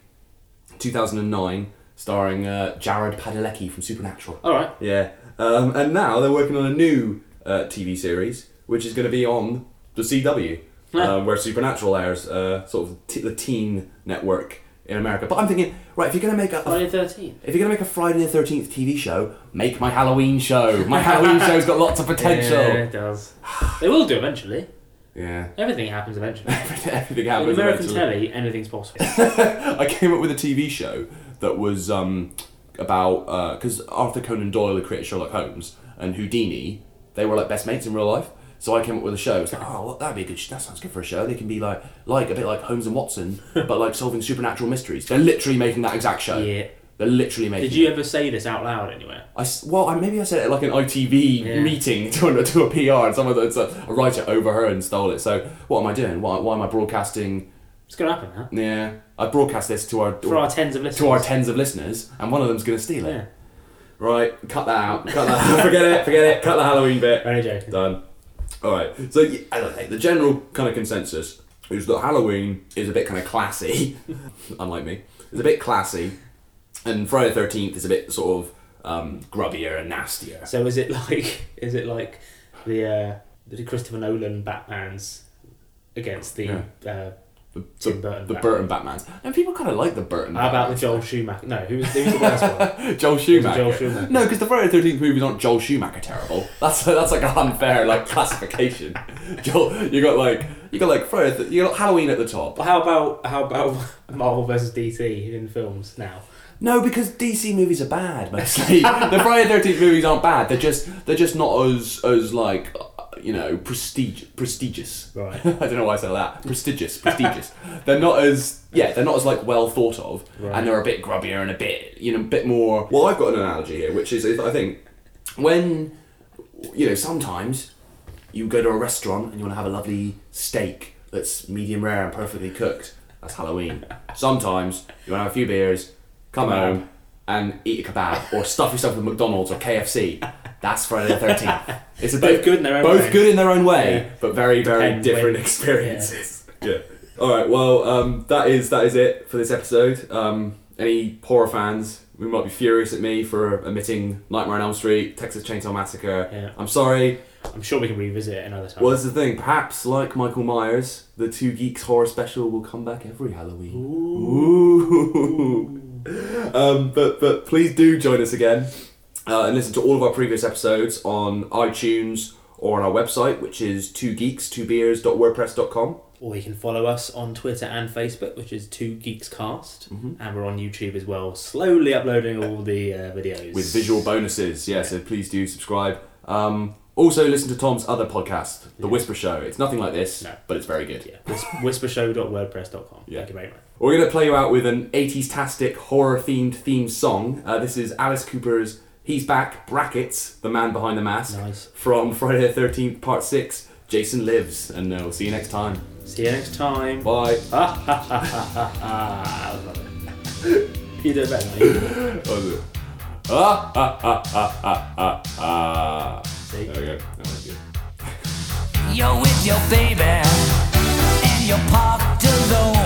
Speaker 3: 2009, starring uh, Jared Padalecki from Supernatural.
Speaker 4: All right.
Speaker 3: Yeah. Um, and now they're working on a new uh, TV series, which is going to be on the CW, uh, where Supernatural airs, uh, sort of t- the teen network in America. But I'm thinking, right, if you're going to make a,
Speaker 4: Friday Thirteenth.
Speaker 3: if you're going to make a Friday the 13th TV show, make my Halloween show. My Halloween show's got lots of potential.
Speaker 4: Yeah, it does. They will do eventually.
Speaker 3: Yeah.
Speaker 4: Everything happens eventually.
Speaker 3: Everything happens
Speaker 4: In American
Speaker 3: eventually.
Speaker 4: telly, anything's possible.
Speaker 3: I came up with a TV show that was um, about because Arthur Conan Doyle had created Sherlock Holmes and Houdini. They were like best mates in real life. So I came up with a show. It's like, oh, well, that'd be a good. sh- That sounds good for a show. They can be like, like a bit like Holmes and Watson, but like solving supernatural mysteries. They're literally making that exact show. Yeah. They're literally making.
Speaker 4: Did you
Speaker 3: it.
Speaker 4: ever say this out loud anywhere?
Speaker 3: I s- well, I, maybe I said it at like an ITV meeting to a, to a PR, and someone it's a, a writer overheard and stole it. So what am I doing? Why, why am I broadcasting?
Speaker 4: It's gonna happen, huh?
Speaker 3: Yeah, I broadcast this to our
Speaker 4: For our tens of
Speaker 3: to our
Speaker 4: listeners.
Speaker 3: tens of listeners, and one of them's going to steal it.
Speaker 4: Yeah.
Speaker 3: Right, cut that out. Cut that. forget it. Forget it. Cut the Halloween bit. Done. All right. So yeah, I don't know, the general kind of consensus is that Halloween is a bit kind of classy, unlike me. It's a bit classy, and Friday the Thirteenth is a bit sort of um, grubbier and nastier.
Speaker 4: So is it like is it like the uh, the Christopher Nolan Batman's against the uh, Tim Burton
Speaker 3: The
Speaker 4: Batman?
Speaker 3: Burton Batmans, and people kind of like the Burton.
Speaker 4: How about the
Speaker 3: Batmans.
Speaker 4: Joel Schumacher? No, who was, who was the worst one?
Speaker 3: Joel Schumacher.
Speaker 4: Joel Schumacher.
Speaker 3: No, because the Friday the Thirteenth movies aren't Joel Schumacher terrible. That's that's like an unfair like classification. Joel, you got like you got like Friday the, you got Halloween at the top.
Speaker 4: But how about how about Marvel versus DC in films now?
Speaker 3: No, because DC movies are bad mostly. the Friday the Thirteenth movies aren't bad. They're just they're just not as as like uh, you know prestige prestigious.
Speaker 4: Right.
Speaker 3: I don't know why I said that. Prestigious, prestigious. they're not as yeah they're not as like well thought of,
Speaker 4: Right.
Speaker 3: and they're a bit grubbier and a bit you know a bit more. Well, I've got an analogy here, which is is I think when you know sometimes you go to a restaurant and you want to have a lovely steak that's medium rare and perfectly cooked. That's Halloween. Sometimes you want to have a few beers, come home, and eat a kebab or stuff yourself with McDonald's or KFC. That's Friday the Thirteenth. It's a
Speaker 4: Both
Speaker 3: bit-
Speaker 4: good in their own
Speaker 3: both
Speaker 4: way.
Speaker 3: good in their own way,
Speaker 4: Yeah.
Speaker 3: but very very
Speaker 4: Depend
Speaker 3: different
Speaker 4: when-
Speaker 3: experiences. Yeah. All right. Well, um, that is that is it for this episode. Um, any horror fans, we might be furious at me for omitting Nightmare on Elm Street, Texas Chainsaw Massacre.
Speaker 4: Yeah.
Speaker 3: I'm sorry.
Speaker 4: I'm sure we can revisit it another time.
Speaker 3: Well, that's the thing. Perhaps, like Michael Myers, the Two Geeks horror special will come back every Halloween. Ooh. um, but but please do join us again uh, and listen to all of our previous episodes on iTunes or on our website, which is two geeks two beers.wordpress.com.
Speaker 4: Or you can follow us on Twitter and Facebook, which is Two Geeks Cast,
Speaker 3: Mm-hmm.
Speaker 4: and we're on YouTube as well. Slowly uploading all the uh, videos
Speaker 3: with visual bonuses. Yeah, so please do subscribe. Um, also, listen to Tom's other podcast, The Whisper Show. It's nothing like this, but it's very good.
Speaker 4: Whis- Whispershow.wordpress.com.
Speaker 3: Yeah.
Speaker 4: Thank you very much.
Speaker 3: We're going to play you out with an 80s tastic horror themed theme song. Uh, this is Alice Cooper's He's Back, brackets, The Man Behind the Mask, from Friday the 13th, Part 6, Jason Lives. And uh, we'll see you next time.
Speaker 4: See you next time.
Speaker 3: Bye.
Speaker 4: I love it. You do it better. than me.
Speaker 3: Oh, no. Ah, ah, ah, ah, ah, ah, ah. There we go. That was good.
Speaker 16: You're with your baby and you're parked alone.